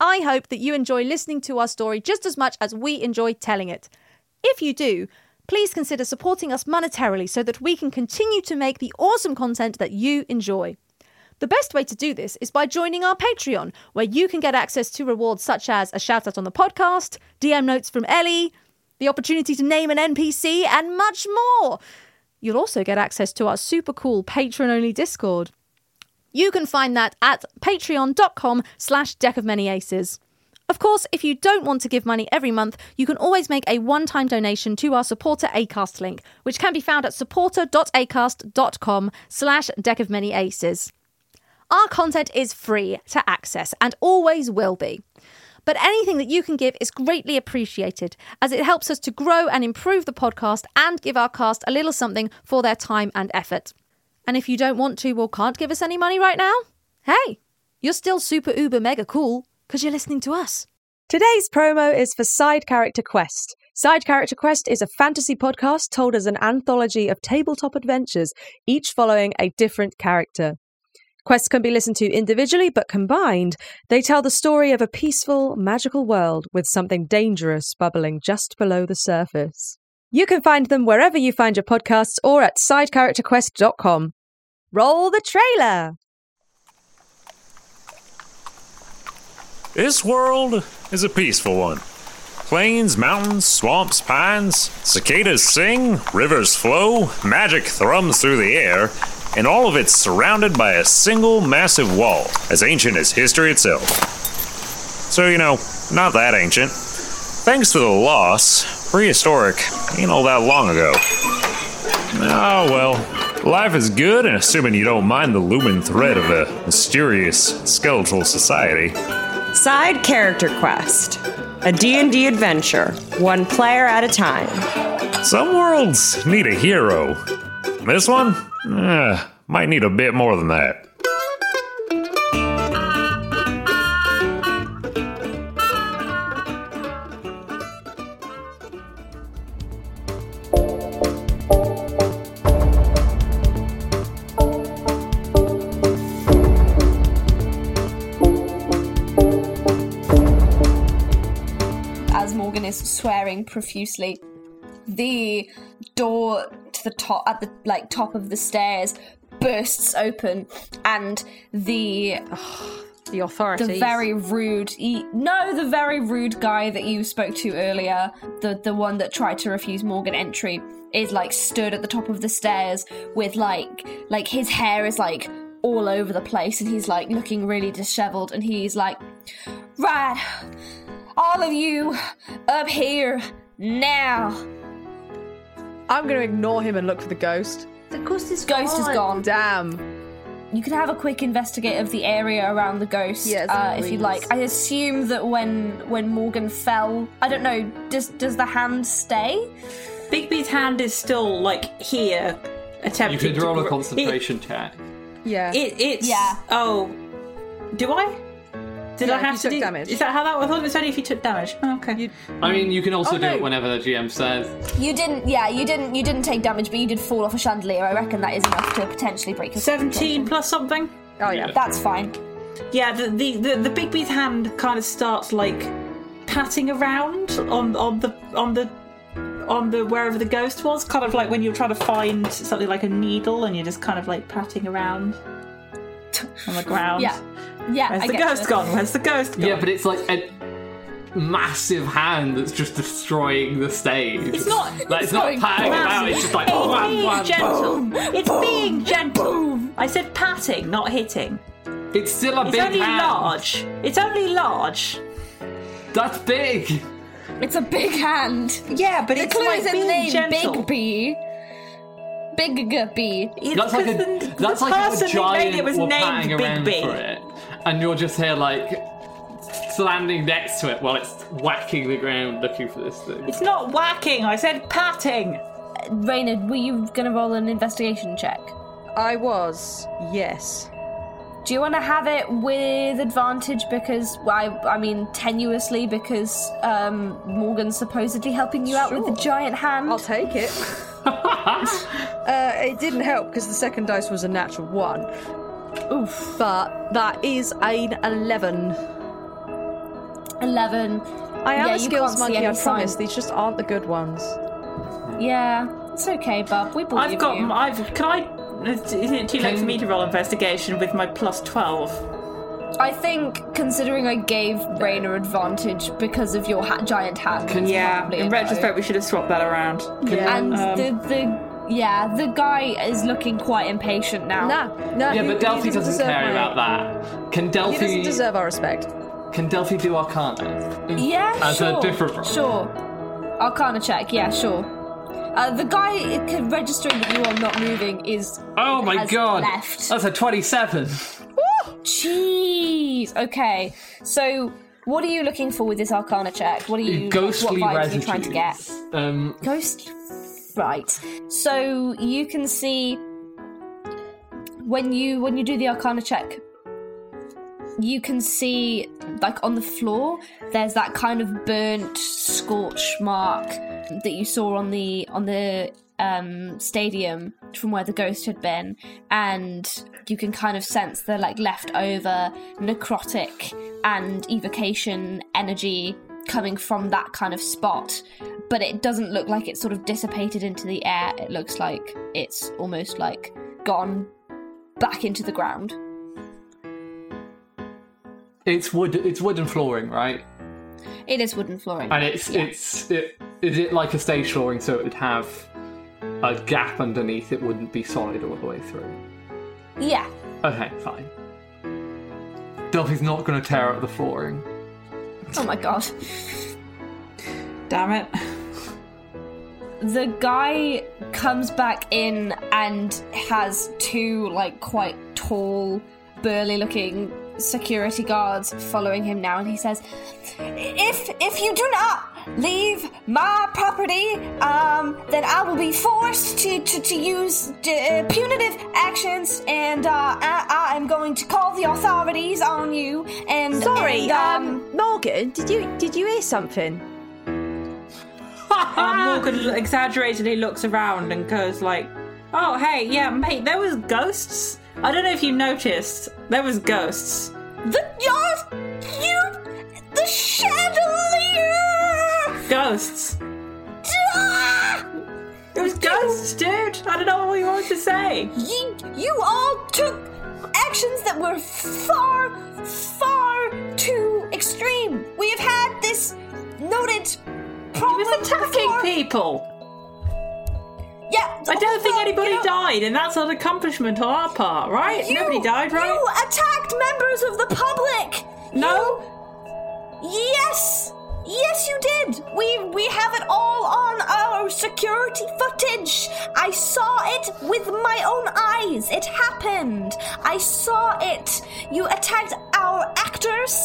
S10: I hope that you enjoy listening to our story just as much as we enjoy telling it. If you do, please consider supporting us monetarily so that we can continue to make the awesome content that you enjoy. The best way to do this is by joining our Patreon, where you can get access to rewards such as a shout out on the podcast, DM notes from Ellie, the opportunity to name an NPC, and much more. You'll also get access to our super cool patron only Discord. You can find that at patreon.com slash deck of many aces. Of course, if you don't want to give money every month, you can always make a one-time donation to our supporter ACAST link, which can be found at supporter.acast.com slash deck of many aces. Our content is free to access and always will be.
S13: But anything that you can give is greatly appreciated, as it helps us to grow and improve the podcast and give our cast a little something for their time and effort. And if you don't want to or can't give us any money right now, hey, you're still super uber mega cool because you're listening to us.
S9: Today's promo is for Side Character Quest. Side Character Quest is a fantasy podcast told as an anthology of tabletop adventures, each following a different character. Quests can be listened to individually, but combined, they tell the story of a peaceful, magical world with something dangerous bubbling just below the surface. You can find them wherever you find your podcasts or at sidecharacterquest.com. Roll the trailer!
S14: This world is a peaceful one. Plains, mountains, swamps, pines, cicadas sing, rivers flow, magic thrums through the air, and all of it's surrounded by a single massive wall, as ancient as history itself. So, you know, not that ancient. Thanks to the loss, prehistoric ain't all that long ago. Oh well, life is good, and assuming you don't mind the looming threat of a mysterious skeletal society.
S15: Side character quest. A D&D adventure, one player at a time.
S14: Some worlds need a hero. This one Eh, might need a bit more than that.
S7: as Morgan is swearing profusely. The door to the top at the like top of the stairs bursts open, and the
S4: the authorities.
S7: the very rude e- no the very rude guy that you spoke to earlier, the the one that tried to refuse Morgan entry is like stood at the top of the stairs with like like his hair is like all over the place and he's like looking really disheveled and he's like right all of you up here now.
S10: I'm going to ignore him and look for the ghost.
S5: The ghost is
S7: ghost is gone.
S10: Damn.
S7: You can have a quick investigate of the area around the ghost,
S10: Yes,
S7: uh, if you
S10: please.
S7: like. I assume that when when Morgan fell, I don't know. Does does the hand stay?
S11: Bigby's hand is still like here,
S2: You
S11: attempting.
S2: could
S11: to
S2: roll a
S11: gr-
S2: concentration check.
S10: Yeah.
S11: It, it's yeah. Oh, do I? Did
S10: Yeah,
S11: I
S10: if
S11: have
S10: you
S11: to
S10: took
S11: do
S10: damage.
S11: Is that how that? I thought it was only if you took damage. Oh, okay.
S2: I mean, you can also
S7: Oh,
S2: do it
S7: no.
S2: whenever the GM says.
S7: You didn't. Yeah, you didn't. You didn't take damage, but you did fall off a chandelier. I reckon that is enough to potentially break your
S11: Seventeen plus something.
S10: Oh
S2: yeah.
S7: that's fine.
S11: Yeah, the the, the, the Bigby's hand kind of starts like patting around on on the on the on the wherever the ghost was, kind of like when you're trying to find something like a needle and you're just kind of like patting around on the ground.
S7: Yeah, yeah.
S11: Where's
S7: I
S11: the
S7: get
S11: ghost
S7: you.
S11: gone? Where's the ghost gone?
S2: Yeah, but it's like a massive hand that's just destroying the stage.
S11: It's not.
S2: Like, it's not
S11: going
S2: patting
S11: fast.
S2: about. It's just like
S11: It's
S2: wham,
S11: being
S2: wham,
S11: gentle.
S2: boom.
S11: it's being gentle. I said patting, not hitting.
S2: It's still a
S11: it's
S2: big
S11: only
S2: hand.
S11: large. It's only large.
S2: That's big.
S7: It's a big hand.
S11: Yeah, but
S7: the
S11: it's
S7: clue's
S11: like
S7: in the
S11: being
S7: name.
S11: gentle.
S7: Big B. Big B.
S2: that's like a that's like if a giant were patting around for it, and you're just here like standing next to it while it's whacking the ground looking for this thing.
S11: It's not whacking. I said patting.
S7: Raynard, were you gonna roll an investigation check?
S10: I was. Yes.
S7: Do you want to have it with advantage because well, I, I mean tenuously because um, Morgan's supposedly helping you out with the giant hand? I'll
S10: take it. Uh, it didn't help because the second dice was a natural one.
S7: Oof.
S10: But that is an 11.
S7: Eleven.
S10: I
S7: Yeah,
S10: am a
S7: you
S10: skills
S7: can't see
S10: monkey, I
S7: any
S10: promise.
S7: signs.
S10: These just aren't the good ones.
S7: Yeah, it's okay, bub. We believe
S11: I've got.
S7: you.
S11: I've. Can I? Is it too late for me to roll investigation with my plus twelve?
S7: I think considering I gave Raynor advantage because of your ha- giant hand. it's
S11: yeah.
S7: probably
S11: In
S7: a no.
S11: retrospect, we should have swapped that around.
S7: And
S11: Um,
S7: the the yeah the guy is looking quite impatient now.
S10: Nah, nah.
S2: yeah, but Delphi doesn't care about that. Can
S10: He doesn't
S2: Delphi
S10: deserve our respect.
S2: can Delphi do Arcana?
S7: Yeah,
S2: as
S7: sure.
S2: a different role.
S7: Sure. Arcana check, yeah, sure. Uh, the guy it can- registering that you are not moving is.
S2: Oh my
S7: has
S2: god,
S7: Left.
S2: that's a twenty-seven.
S7: Jeez. Okay, so What are you looking for with this Arcana check? What are you?
S2: Ghostly
S7: what vibes are you
S2: residues.
S7: trying to get?
S2: Um,
S7: Ghost. Right. So you can see when you when you do the Arcana check, you can see like on the floor there's that kind of burnt scorch mark that you saw on the on the um, stadium from where the ghost had been, and you can kind of sense the like leftover necrotic and evocation energy coming from that kind of spot. But it doesn't look like it's sort of dissipated into the air. It looks like it's almost like gone back into the ground.
S2: it's wood. It's wooden flooring, right?
S7: It is wooden flooring.
S2: And it's
S7: yeah.
S2: it's it, is it like a stage flooring, so it would have a gap underneath. It wouldn't be solid all the way through.
S7: yeah.
S2: Okay, fine. Delphi's not going to tear up the flooring.
S7: Oh my god.
S11: Damn it.
S7: The guy comes back in and has two, like, quite tall, burly looking security guards following him now, and he says, If if you do not leave my property, um, then I will be forced to, to, to use uh, punitive actions, and uh, I, I am going to call the authorities on you. And
S13: Sorry,
S7: and, um,
S13: um, Morgan, did you did you hear something?
S11: Uh, Morgan l- exaggeratedly looks around and goes like, "Oh, hey, yeah, mate, there was ghosts. I don't know if you noticed. There was ghosts."
S7: The yours, you, the chandelier.
S11: Ghosts.
S7: Ah!
S11: It was ghosts, dude. I don't know what you wanted to say.
S7: You, you all took actions that were far, far too extreme. We have had this noted problem
S11: attacking
S7: before.
S11: people.
S7: Yeah,
S11: I don't think anybody died, and that's an accomplishment on our part, right?
S7: You-
S11: Nobody died, right?
S7: You attacked members of the public.
S11: No.
S7: Yes, yes, you did. We we have it all on our security footage. I saw it with my own eyes. It happened. I saw it. You attacked our actors,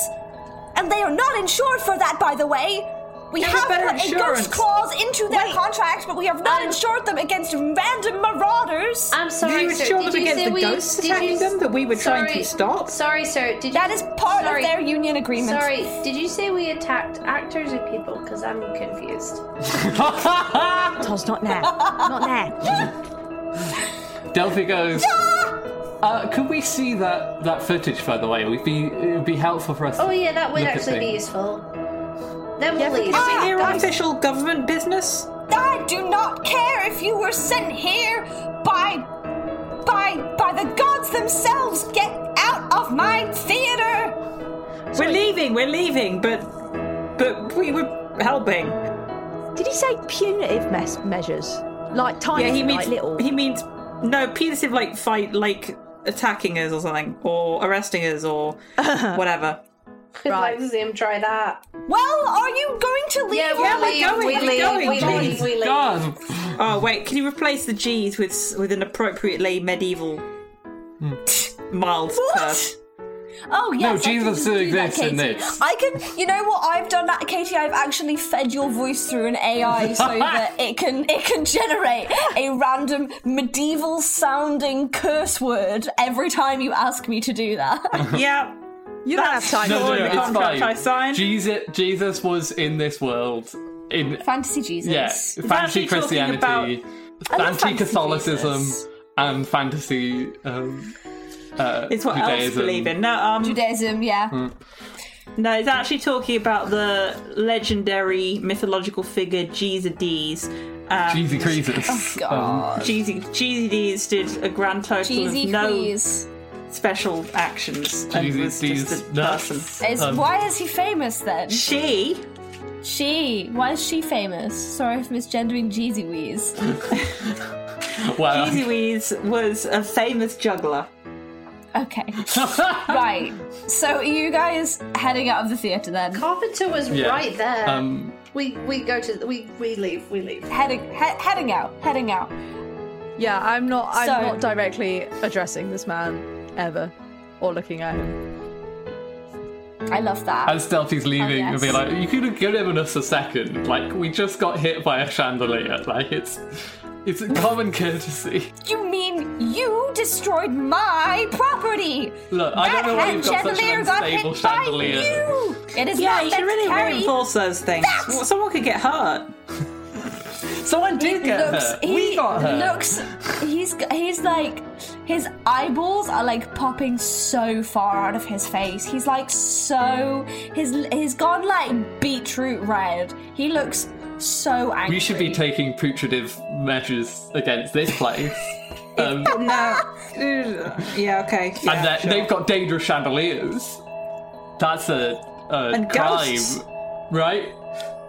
S7: and they are not insured for that, by the way. We
S11: Give us
S7: have
S11: better
S7: put a
S11: insurance.
S7: ghost clause into their contracts, but we have not insured them against random marauders.
S5: I'm sorry,
S11: you
S5: sir.
S11: insure
S5: Did
S11: them
S5: you
S11: against
S5: say
S11: the
S5: we-
S11: ghosts
S5: did you
S11: attacking
S5: s-
S11: them that we were trying to
S5: sorry-
S11: stop?
S5: Sorry, sir. Did
S7: That is part
S5: sorry.
S7: of their union agreement.
S5: Sorry, did you say we attacked actors or people? Because I'm confused.
S13: Toz, not now. Not now.
S2: Delphi goes.
S7: Ah!
S2: Uh, could we see that, that footage further away? We'd be it would be helpful for us.
S5: Oh
S2: to
S5: yeah, that would
S2: look at
S5: actually be
S2: things."
S5: useful. Then we'll leave.
S11: Is it your official government business?
S7: I do not care if you were sent here by by by the gods themselves. Get out of my theater.
S11: We're leaving, we're leaving, but but we were helping.
S13: Did he say punitive mes- measures? Like tiny,
S11: yeah, he
S13: like
S11: means
S13: little.
S11: he means no punitive like fight like attacking us or something or arresting us or whatever.
S5: I'd like to see him try that.
S7: Well, are you going to leave?
S5: Yeah, we'll leave. we leave. we leave. We leave.
S11: Oh wait, can you replace the G's with s- with an appropriately medieval
S2: Hmm.
S11: mild curse?
S7: Oh yes, I can
S2: Jesus
S7: just
S2: still
S7: do that,
S2: exists in
S7: Katie.
S2: this.
S7: I can. You know what I've done, that, Katie? I've actually fed your voice through an AI so that it can it can generate a random medieval sounding curse word every time you ask me to do that.
S11: yeah.
S13: You don't have time
S2: No,
S13: for
S2: no, no,
S13: all
S2: it's
S13: that.
S2: fine. Jesus, Jesus was in this world in
S7: fantasy Jesus.
S2: Yeah, fantasy
S11: actually talking
S2: Christianity,
S11: about- I love
S2: fantasy
S11: fantasy
S2: Catholicism,
S11: Jesus.
S2: and fantasy. Um, uh,
S11: It's what
S2: Judaism.
S11: elves believe in. No, um,
S7: Judaism, yeah.
S2: Mm.
S11: No, it's actually talking about the legendary mythological figure Jeezy Dees. Um,
S2: Jeezy Creases. Oh, God. Um,
S11: Jeezy, Jeezy Dees did a grand total
S7: Jeezy
S11: of no
S7: Crease.
S11: special actions. and
S2: Jeezy
S11: was
S2: Dees
S11: just a
S2: nuts.
S11: person.
S7: Is,
S2: Um,
S7: why is he famous then?
S11: She.
S7: She. Why is she famous? Sorry for misgendering Jeezy Wheeze.
S2: Well,
S11: Jeezy Wees was a famous juggler.
S7: Okay. right. So are you guys heading out of the theatre then?
S5: Carpenter was
S2: Yeah.
S5: right there.
S2: Um,
S5: we we go to we we leave. We leave.
S7: Heading he- heading out. Heading out.
S9: Yeah, I'm not. I'm
S7: So-
S9: not directly addressing this man ever, or looking at him.
S7: I love that.
S2: As Stealthy's leaving,
S7: Oh,
S2: and be
S7: yes.
S2: like, "You could have given us a second. Like, we just got hit by a chandelier. Like, it's it's a common courtesy."
S7: You mean you destroyed my property?
S2: Look, I don't know why you've got such an
S7: chandelier got
S2: unstable
S7: hit
S2: chandelier.
S7: By you. It is
S11: yeah,
S7: not
S11: you
S7: meant
S11: should really
S7: to carry.
S11: reinforce those things. Well, Someone could get hurt. Someone
S7: He
S11: did get
S7: looks.
S11: hurt.
S7: He
S11: we got hurt.
S7: looks. He's he's like his eyeballs are like popping so far out of his face. He's like so. His he's gone like beetroot red. He looks so angry.
S2: We should be taking putative measures against this place. Um,
S11: no. Yeah, okay. Yeah,
S2: and uh, that
S11: sure.
S2: they've got dangerous chandeliers. That's a, a
S11: And
S2: crime,
S11: ghosts.
S2: right?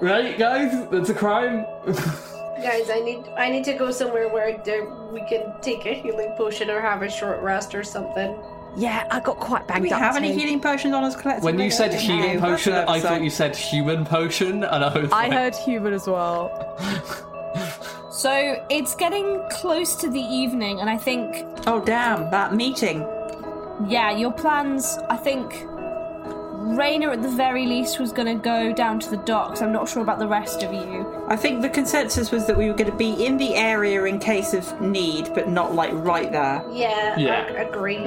S2: Right, guys, that's a crime.
S5: Guys, I need I need to go somewhere where there, we can take a healing potion or have a short rest or something.
S10: Yeah, I got quite
S5: banged
S11: Do we
S5: up
S11: have any
S5: too.
S11: healing potions on us collectively?
S2: when you said healing potion, I thought you said human potion, and I was like,
S10: heard human as well.
S7: So it's getting close to the evening, and I think
S11: Oh damn, that meeting.
S7: Yeah, your plans. I think Rainer, at the very least, was going to go down to the docks. I'm not sure about the rest of you.
S11: I think the consensus was that we were going to be in the area in case of need, but not like right there.
S5: Yeah,
S11: Yeah.
S5: I agree.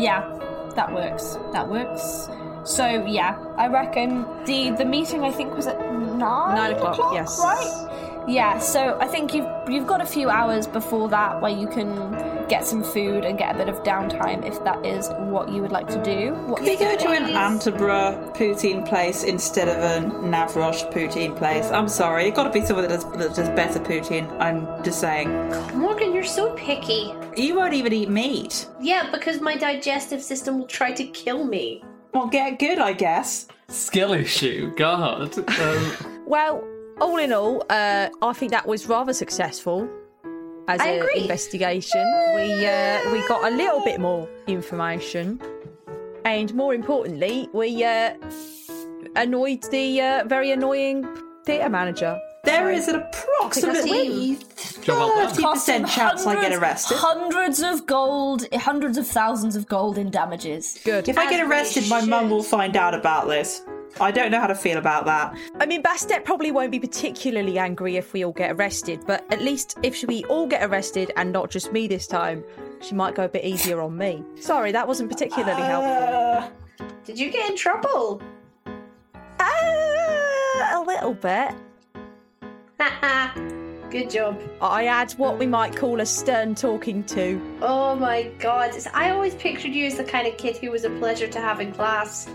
S7: Yeah, that works. That works. So yeah, I reckon the the meeting I think was at nine.
S10: Nine o'clock, yes.
S7: Right. Yeah. So I think you've you've got a few hours before that where you can get some food and get a bit of downtime if that is what you would like to do. What
S11: Could we go to an
S7: Please.
S11: Antabra poutine place instead of a Navrosh poutine place? I'm sorry, it got to be someone that does, that does better poutine. I'm just saying.
S5: Morgan, you're so picky.
S11: You won't even eat meat.
S5: Yeah, because my digestive system will try to kill me.
S11: Well, get good, I guess.
S2: skill issue. God, um,
S10: Well, all in all, uh, I think that was rather successful as
S5: I
S10: an
S5: agree.
S10: investigation. We uh, we got a little bit more information, and more importantly, we uh, annoyed the uh, very annoying theatre manager.
S11: There is an
S10: approximately
S11: Thirty percent chance I get arrested.
S7: Hundreds of gold, hundreds of thousands of gold in damages. Good.
S11: If I get arrested, my mum will find out about this. I don't know how to feel about that.
S10: I mean, Bastet probably won't be particularly angry if we all get arrested, but at least if we all get arrested and not just me this time, she might go a bit easier on me. Sorry, that wasn't particularly
S11: Uh,
S10: helpful.
S5: Did you get in trouble?
S10: Ah, a little bit.
S5: Good job.
S10: I had what we might call a stern talking to.
S5: Oh my god, it's- I always pictured you as the kind of kid who was a pleasure to have in class.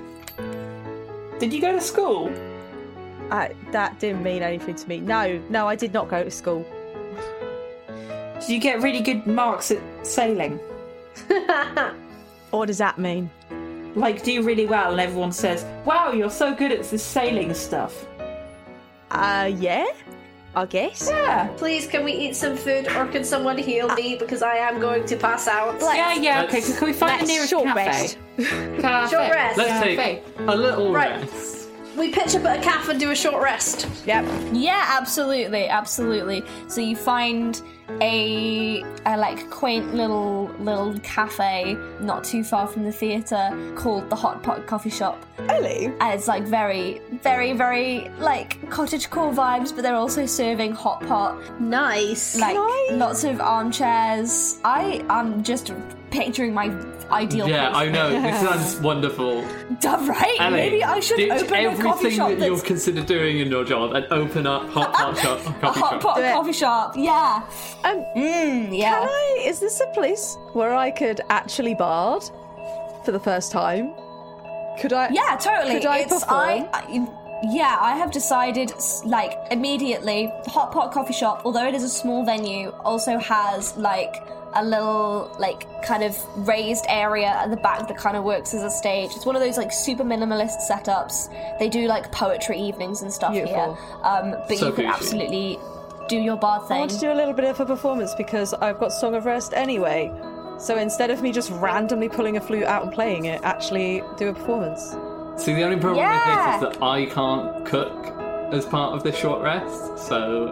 S11: Did you go to school?
S10: Uh, that didn't mean anything to me. No, no, I did not go to school.
S11: Did you get really good marks at sailing?
S10: what does that mean?
S11: Like, do really well, and everyone says, "Wow, you're so good at this sailing stuff."
S10: Uh, yeah, I guess.
S11: Yeah.
S5: Please, can we eat some food or can someone heal me because I am going to pass out?
S11: yeah, yeah. Okay, so can we find the nearest cafe?
S5: Short rest.
S2: let's take a little
S5: Right.
S2: rest.
S5: We pitch up at a cafe and do a short rest.
S10: Yep.
S7: Yeah, absolutely, absolutely. So you find a, a like quaint little little cafe not too far from the theatre called the Hot Pot Coffee Shop.
S10: Really?
S7: And it's like very, very, very like cottagecore vibes, but they're also serving hot pot.
S5: Nice.
S7: Like lots of armchairs. I am just picturing my ideal.
S2: Yeah,
S7: place.
S2: I know. It sounds wonderful.
S7: Duh, right?
S2: Ellie,
S7: Maybe I should
S2: ditch
S7: open a
S2: everything
S7: coffee shop
S2: that
S7: that's
S2: you're considered doing in your job and open up hot pot shop, coffee
S7: a hot
S2: shop.
S7: pot coffee shop. Yeah. mm,
S10: Um,
S7: yeah.
S1: Can I? Is this a place where I could actually bard for the first time? Could I?
S7: Yeah, totally.
S1: Could I
S7: it's
S1: perform?
S7: I, I- yeah, I have decided s- like immediately. Hot Pot Coffee Shop, although it is a small venue, also has like a little like kind of raised area at the back that kind of works as a stage. It's one of those like super minimalist setups. They do like poetry evenings and stuff
S1: Beautiful.
S7: here. Um, but
S1: So
S7: you could
S1: bougie.
S7: absolutely do your bar
S1: I
S7: thing.
S1: want to do a little bit of a performance because I've got Song of Rest anyway. So instead of me just randomly pulling a flute out and playing it, actually do a performance.
S2: See, the only problem
S1: Yeah.
S2: with this is that I can't cook as part of this short rest, so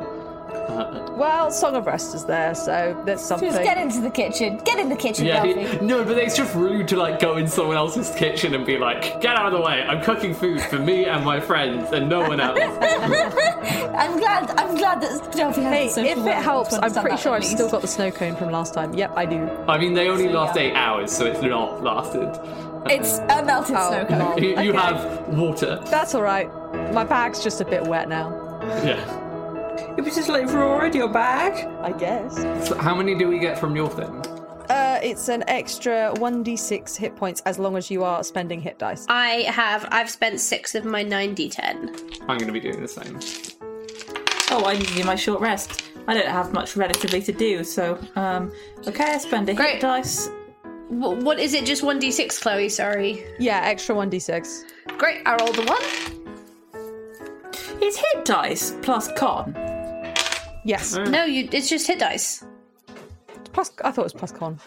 S10: Well, Song of Rest is there, so that's something.
S7: Just get into the kitchen. Get in the kitchen,
S2: Yeah,
S7: Delphi.
S2: he- no, but it's just rude to like go in someone else's kitchen and be like, "Get out of the way! I'm cooking food for me and my friends and no one else."
S7: I'm glad. I'm glad that Delphi has
S10: Hey,
S7: social
S10: if it
S7: learning
S10: helps,
S7: to
S10: I'm
S7: understand
S10: pretty
S7: that
S10: sure
S7: at
S10: I've
S7: least.
S10: still got the snow cone from last time. Yep, I do.
S2: I mean, they only last eight hours, so it's not lasted.
S7: It's a melted
S10: Oh.
S7: snow
S5: Oh,
S10: cone.
S2: you, you
S10: Okay.
S2: have water.
S10: That's all right. My bag's just a bit wet now.
S2: Yeah.
S10: It was just like raw in your bag. I guess.
S2: So how many do we get from your thing?
S10: Uh, it's an extra 1d6 hit points as long as you are spending hit dice.
S5: I have. I've spent six of my 9d10.
S2: I'm going to be doing the same.
S11: Oh, I need to do my short rest. I don't have much relatively to do, so um, okay, I spend a hit dice.
S5: Wh- What is it? Just 1d6, Chloe, sorry.
S10: Yeah, extra 1d6.
S5: Great, I rolled a 1.
S11: It's hit dice plus con.
S10: Yes.
S5: Mm. No, you. it's just hit dice.
S10: Plus, I thought it was plus con.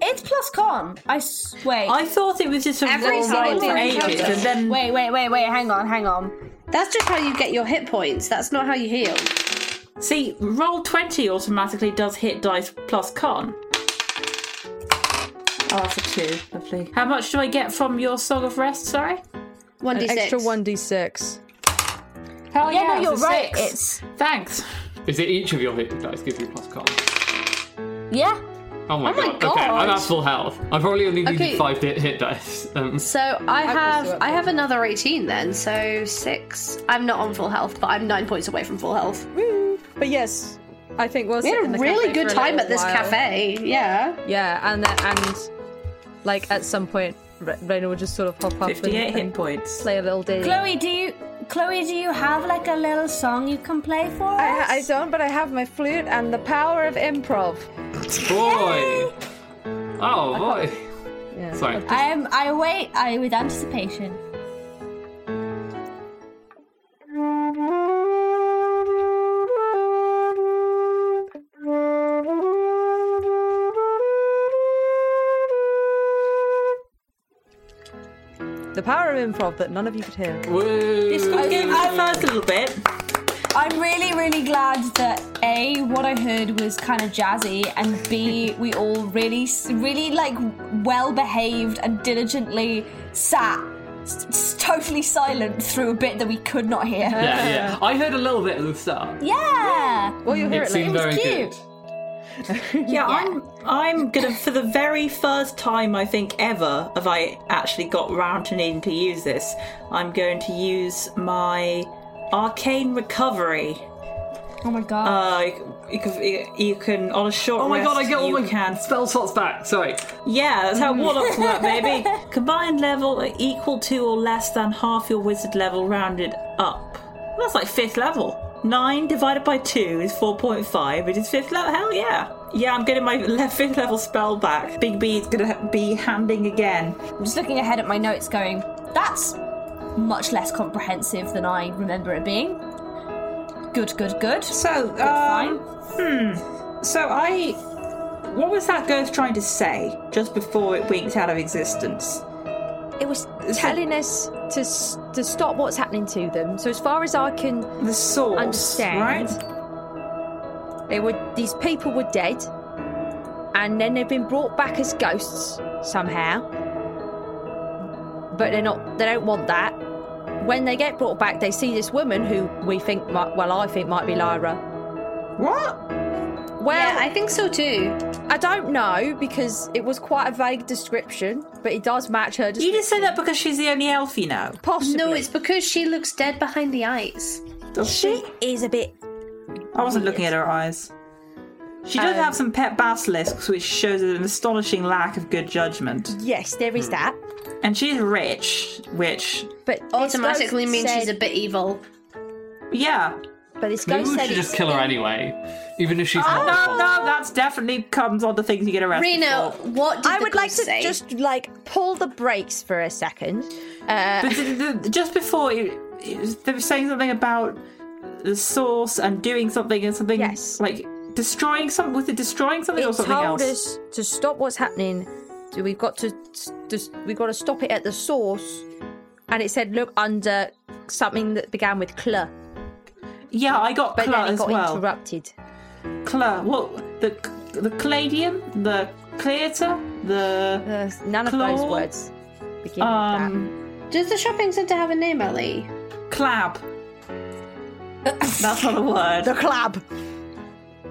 S7: It's plus con. I swear.
S11: I thought it was just a roll roll for ages, and then
S7: Wait, wait, wait, wait. Hang on, hang on.
S5: That's just how you get your hit points. That's not how you heal.
S11: see, roll twenty automatically does hit dice plus con. Oh, for two, lovely. How much do I get from your song of rest? Sorry,
S5: one
S10: An extra 1d6.
S11: Hell
S7: Yeah,
S11: yeah,
S7: no,
S11: it's a
S7: you're right,
S11: six. thanks.
S2: Is it each of your hit dice gives you plus con?
S7: Yeah.
S2: Oh my,
S5: Oh my
S2: god. Okay, I'm
S5: God.
S2: at full health. I probably only needed
S5: Okay.
S2: five hit, hit dice. Um,
S5: So I have I have another 18 then, so six. I'm not on full health, but I'm nine points away from full health.
S10: But yes, I think we'll
S5: We had
S10: sit
S5: a
S10: in the
S5: really
S10: cafe
S5: good
S10: for a
S5: time
S10: little
S5: at this
S10: while. uh,
S5: cafe, yeah.
S9: Yeah, and then, and like at some point, Re- Raina would just sort of pop up.
S11: 58
S9: and,
S11: hit
S9: and
S11: points.
S9: Play a little day.
S7: Chloe, do you? Chloe, do you have like a little song you can play for us?
S10: I, I don't, but I have my flute and the power of improv.
S2: boy. Oh boy. Sorry.
S7: I am. I wait. I with anticipation.
S10: The power of improv that none of you could hear.
S2: This
S11: could give us the first little bit.
S7: I'm really, really glad that A, what I heard was kind of jazzy, and B, we all really, really like well behaved and diligently sat s- s- totally silent through a bit that we could not hear.
S2: Yeah, yeah. I heard a little bit at the start.
S7: Yeah.
S10: Well, you'll
S2: it seemed very good.
S11: Yeah, I'm I'm gonna for the very first time I think ever have I actually got round to needing to use this. I'm going to use my arcane recovery.
S7: Oh my god.
S11: Uh, you- you can, you can on a short.
S2: Oh my god, I
S11: rest,
S2: get all
S11: you
S2: my spell slots back. Sorry.
S11: Yeah, that's how
S9: Mm-hmm.
S2: Mm.
S11: warlocks work, baby. Combined level equal to or less than half your wizard level rounded up. That's like fifth level. Nine divided by two is four point five. It is fifth level. Hell yeah. Yeah, I'm getting my le- fifth level spell back. Big B is gonna ha- be handing again.
S7: I'm just looking ahead at my notes going, that's much less comprehensive than I remember it being. Good, good, good.
S11: So, uh,
S7: fine.
S11: Hmm. So I, what was that ghost trying to say just before it winked out of existence?
S9: It was telling us to s- to stop what's happening to them. So as far as I can
S11: the source,
S9: understand, They were these people were dead, and then they've been brought back as ghosts somehow. But they're not. They don't want that. When they get brought back, they see this woman who we think might. Well, I think might be Lyra.
S11: What?
S9: Well,
S5: I think so too.
S9: I don't know because it was quite a vague description, but it does match her.
S11: You just said that because she's the only elf you know.
S9: Possibly.
S5: No, it's because she looks dead behind the eyes.
S11: Does she?
S9: is a bit.
S11: I wasn't looking at her eyes. She does
S9: Um,
S11: have some pet basilisks, which shows an astonishing lack of good judgment.
S9: Yes, there
S11: Hmm.
S9: is that.
S11: And she's rich, which,
S9: But
S5: Automatically
S9: this ghost
S5: means
S9: said-
S5: she's a bit evil.
S11: yeah.
S9: But this
S2: Maybe
S9: ghost
S2: we
S9: said
S2: should
S9: it's
S2: just kill her anyway, even if she's
S11: Oh,
S2: not.
S11: no,
S2: responsible.
S11: no, that's definitely comes on the things you get arrested
S9: Reno,
S11: for.
S5: what
S9: I would like to just like pull the brakes for a second.
S11: But the, the, just before, it, it was, they were saying something about the source and doing something and something like destroying something. Was it destroying something or
S9: It
S11: something
S9: told
S11: else?
S9: us to stop what's happening. So we've got to, to we've got to stop it at the source. And it said look under something that began with cl.
S11: Yeah, I got
S10: But
S11: Cla
S10: then it
S11: as
S10: got
S11: well.
S10: interrupted.
S11: Cla, what the the cladium, the cleater, the
S10: none
S5: of those words
S10: begin with
S11: Um,
S5: Does the shopping centre have a name, Ellie?
S11: Clab. That's not a word.
S10: The clab.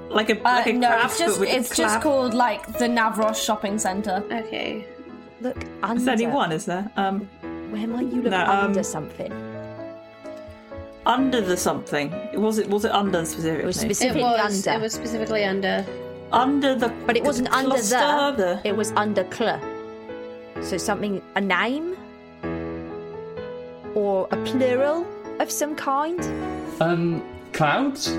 S11: Like a
S1: Uh,
S11: like a
S1: no,
S11: crab,
S1: it's just
S11: but with a
S1: it's just
S11: clab.
S1: called like the Navros Shopping Centre.
S5: Okay.
S10: Look,
S11: There's only one, is there? Um,
S10: Where might you look
S11: No, um,
S10: under something?
S11: under the something. Was it was it under specifically? It was
S10: specifically
S5: it was,
S10: under.
S5: It was specifically under.
S11: Under the.
S10: But it wasn't under the.
S11: cluster,
S10: It was under cl. So something, a name, or a plural of some kind.
S2: Um, clouds?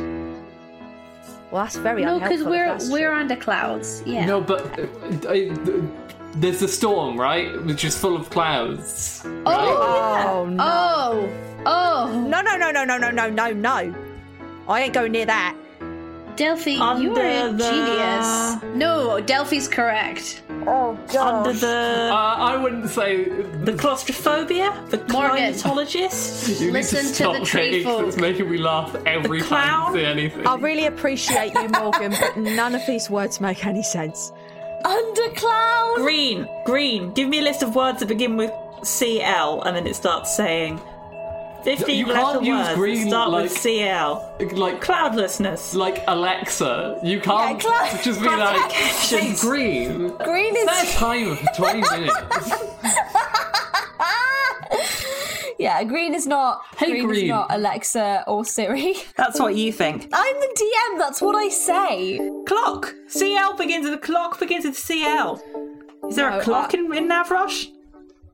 S10: Well, that's very
S5: no,
S10: unhelpful.
S5: because
S10: if
S5: we're
S10: that's true.
S5: we're under clouds. Yeah.
S2: No, but uh, I, th- there's the storm, right? Which is full of clouds.
S5: Uh,
S10: Oh,
S5: no. Oh, oh.
S10: No, no, no, no, no, no, no, no, no. I ain't going near that.
S5: Delphi, you are a genius. No, Delphi's correct.
S10: Oh
S5: god.
S11: Under the.
S2: Uh, I wouldn't say the
S11: claustrophobia. The climatologist.
S2: You need to stop it. It's making me laugh every time you say anything.
S16: I really appreciate you, Morgan, but none of these words make any sense.
S11: Undercloud. Green, green. Give me a list of words that begin with CL, and then it starts saying fifteen
S2: You can't
S11: letter
S2: use
S11: words. that
S2: green,
S11: start with
S2: like-
S11: CL.
S2: Like
S11: cloudlessness.
S2: Like Alexa, you can't just be like "It's green.
S1: Green is-
S2: Set a timer for twenty minutes.
S1: Yeah, green is not. green,
S11: green.
S1: is not Alexa or Siri.
S11: That's what you think.
S1: I'm the DM. That's what I say.
S11: Clock. CL begins with clock. Begins with CL. Is there
S1: No,
S11: a clock
S1: I-
S11: in, in Navrosh?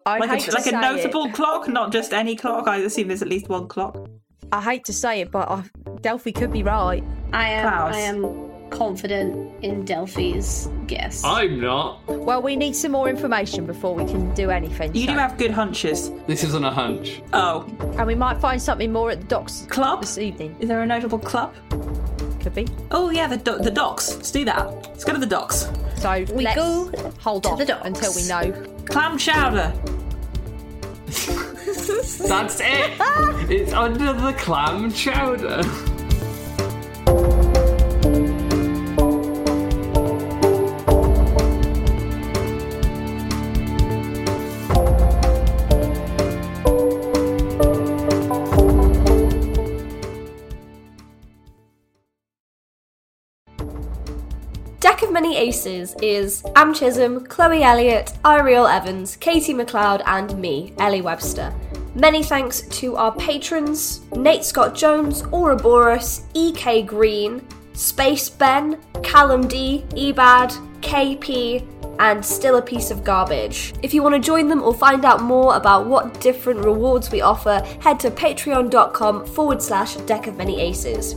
S16: I'd
S11: like
S16: hate to
S11: a, like a
S16: say
S11: notable clock, not just any clock. I assume there's at least one clock.
S16: I hate to say it, but I, Delphi could be right.
S5: I am.
S11: Klaus.
S5: I am confident in Delphi's guess.
S2: I'm not.
S10: Well, we need some more information before we can do anything.
S11: You
S10: so-
S11: do have good hunches.
S2: This isn't a hunch.
S11: Oh,
S10: and we might find something more at the docks
S11: club
S10: this evening.
S11: Is there a notable club?
S10: Could be.
S11: Oh yeah, the do- the docks. Let's do that. Let's go to the docks.
S10: So we let's go hold on until we know.
S11: Clam chowder.
S2: That's it. it's under the clam chowder.
S1: Deck of Many Aces is Am Chisholm, Chloe Elliott, Ariel Evans, Katie McLeod, and me, Ellie Webster. Many thanks to our patrons Nate Scott Jones, Ouroboros, EK Green, Space Ben, Callum D, Ebad, KP, and Still a Piece of Garbage. If you want to join them or find out more about what different rewards we offer, head to patreon.com forward slash deck of many aces.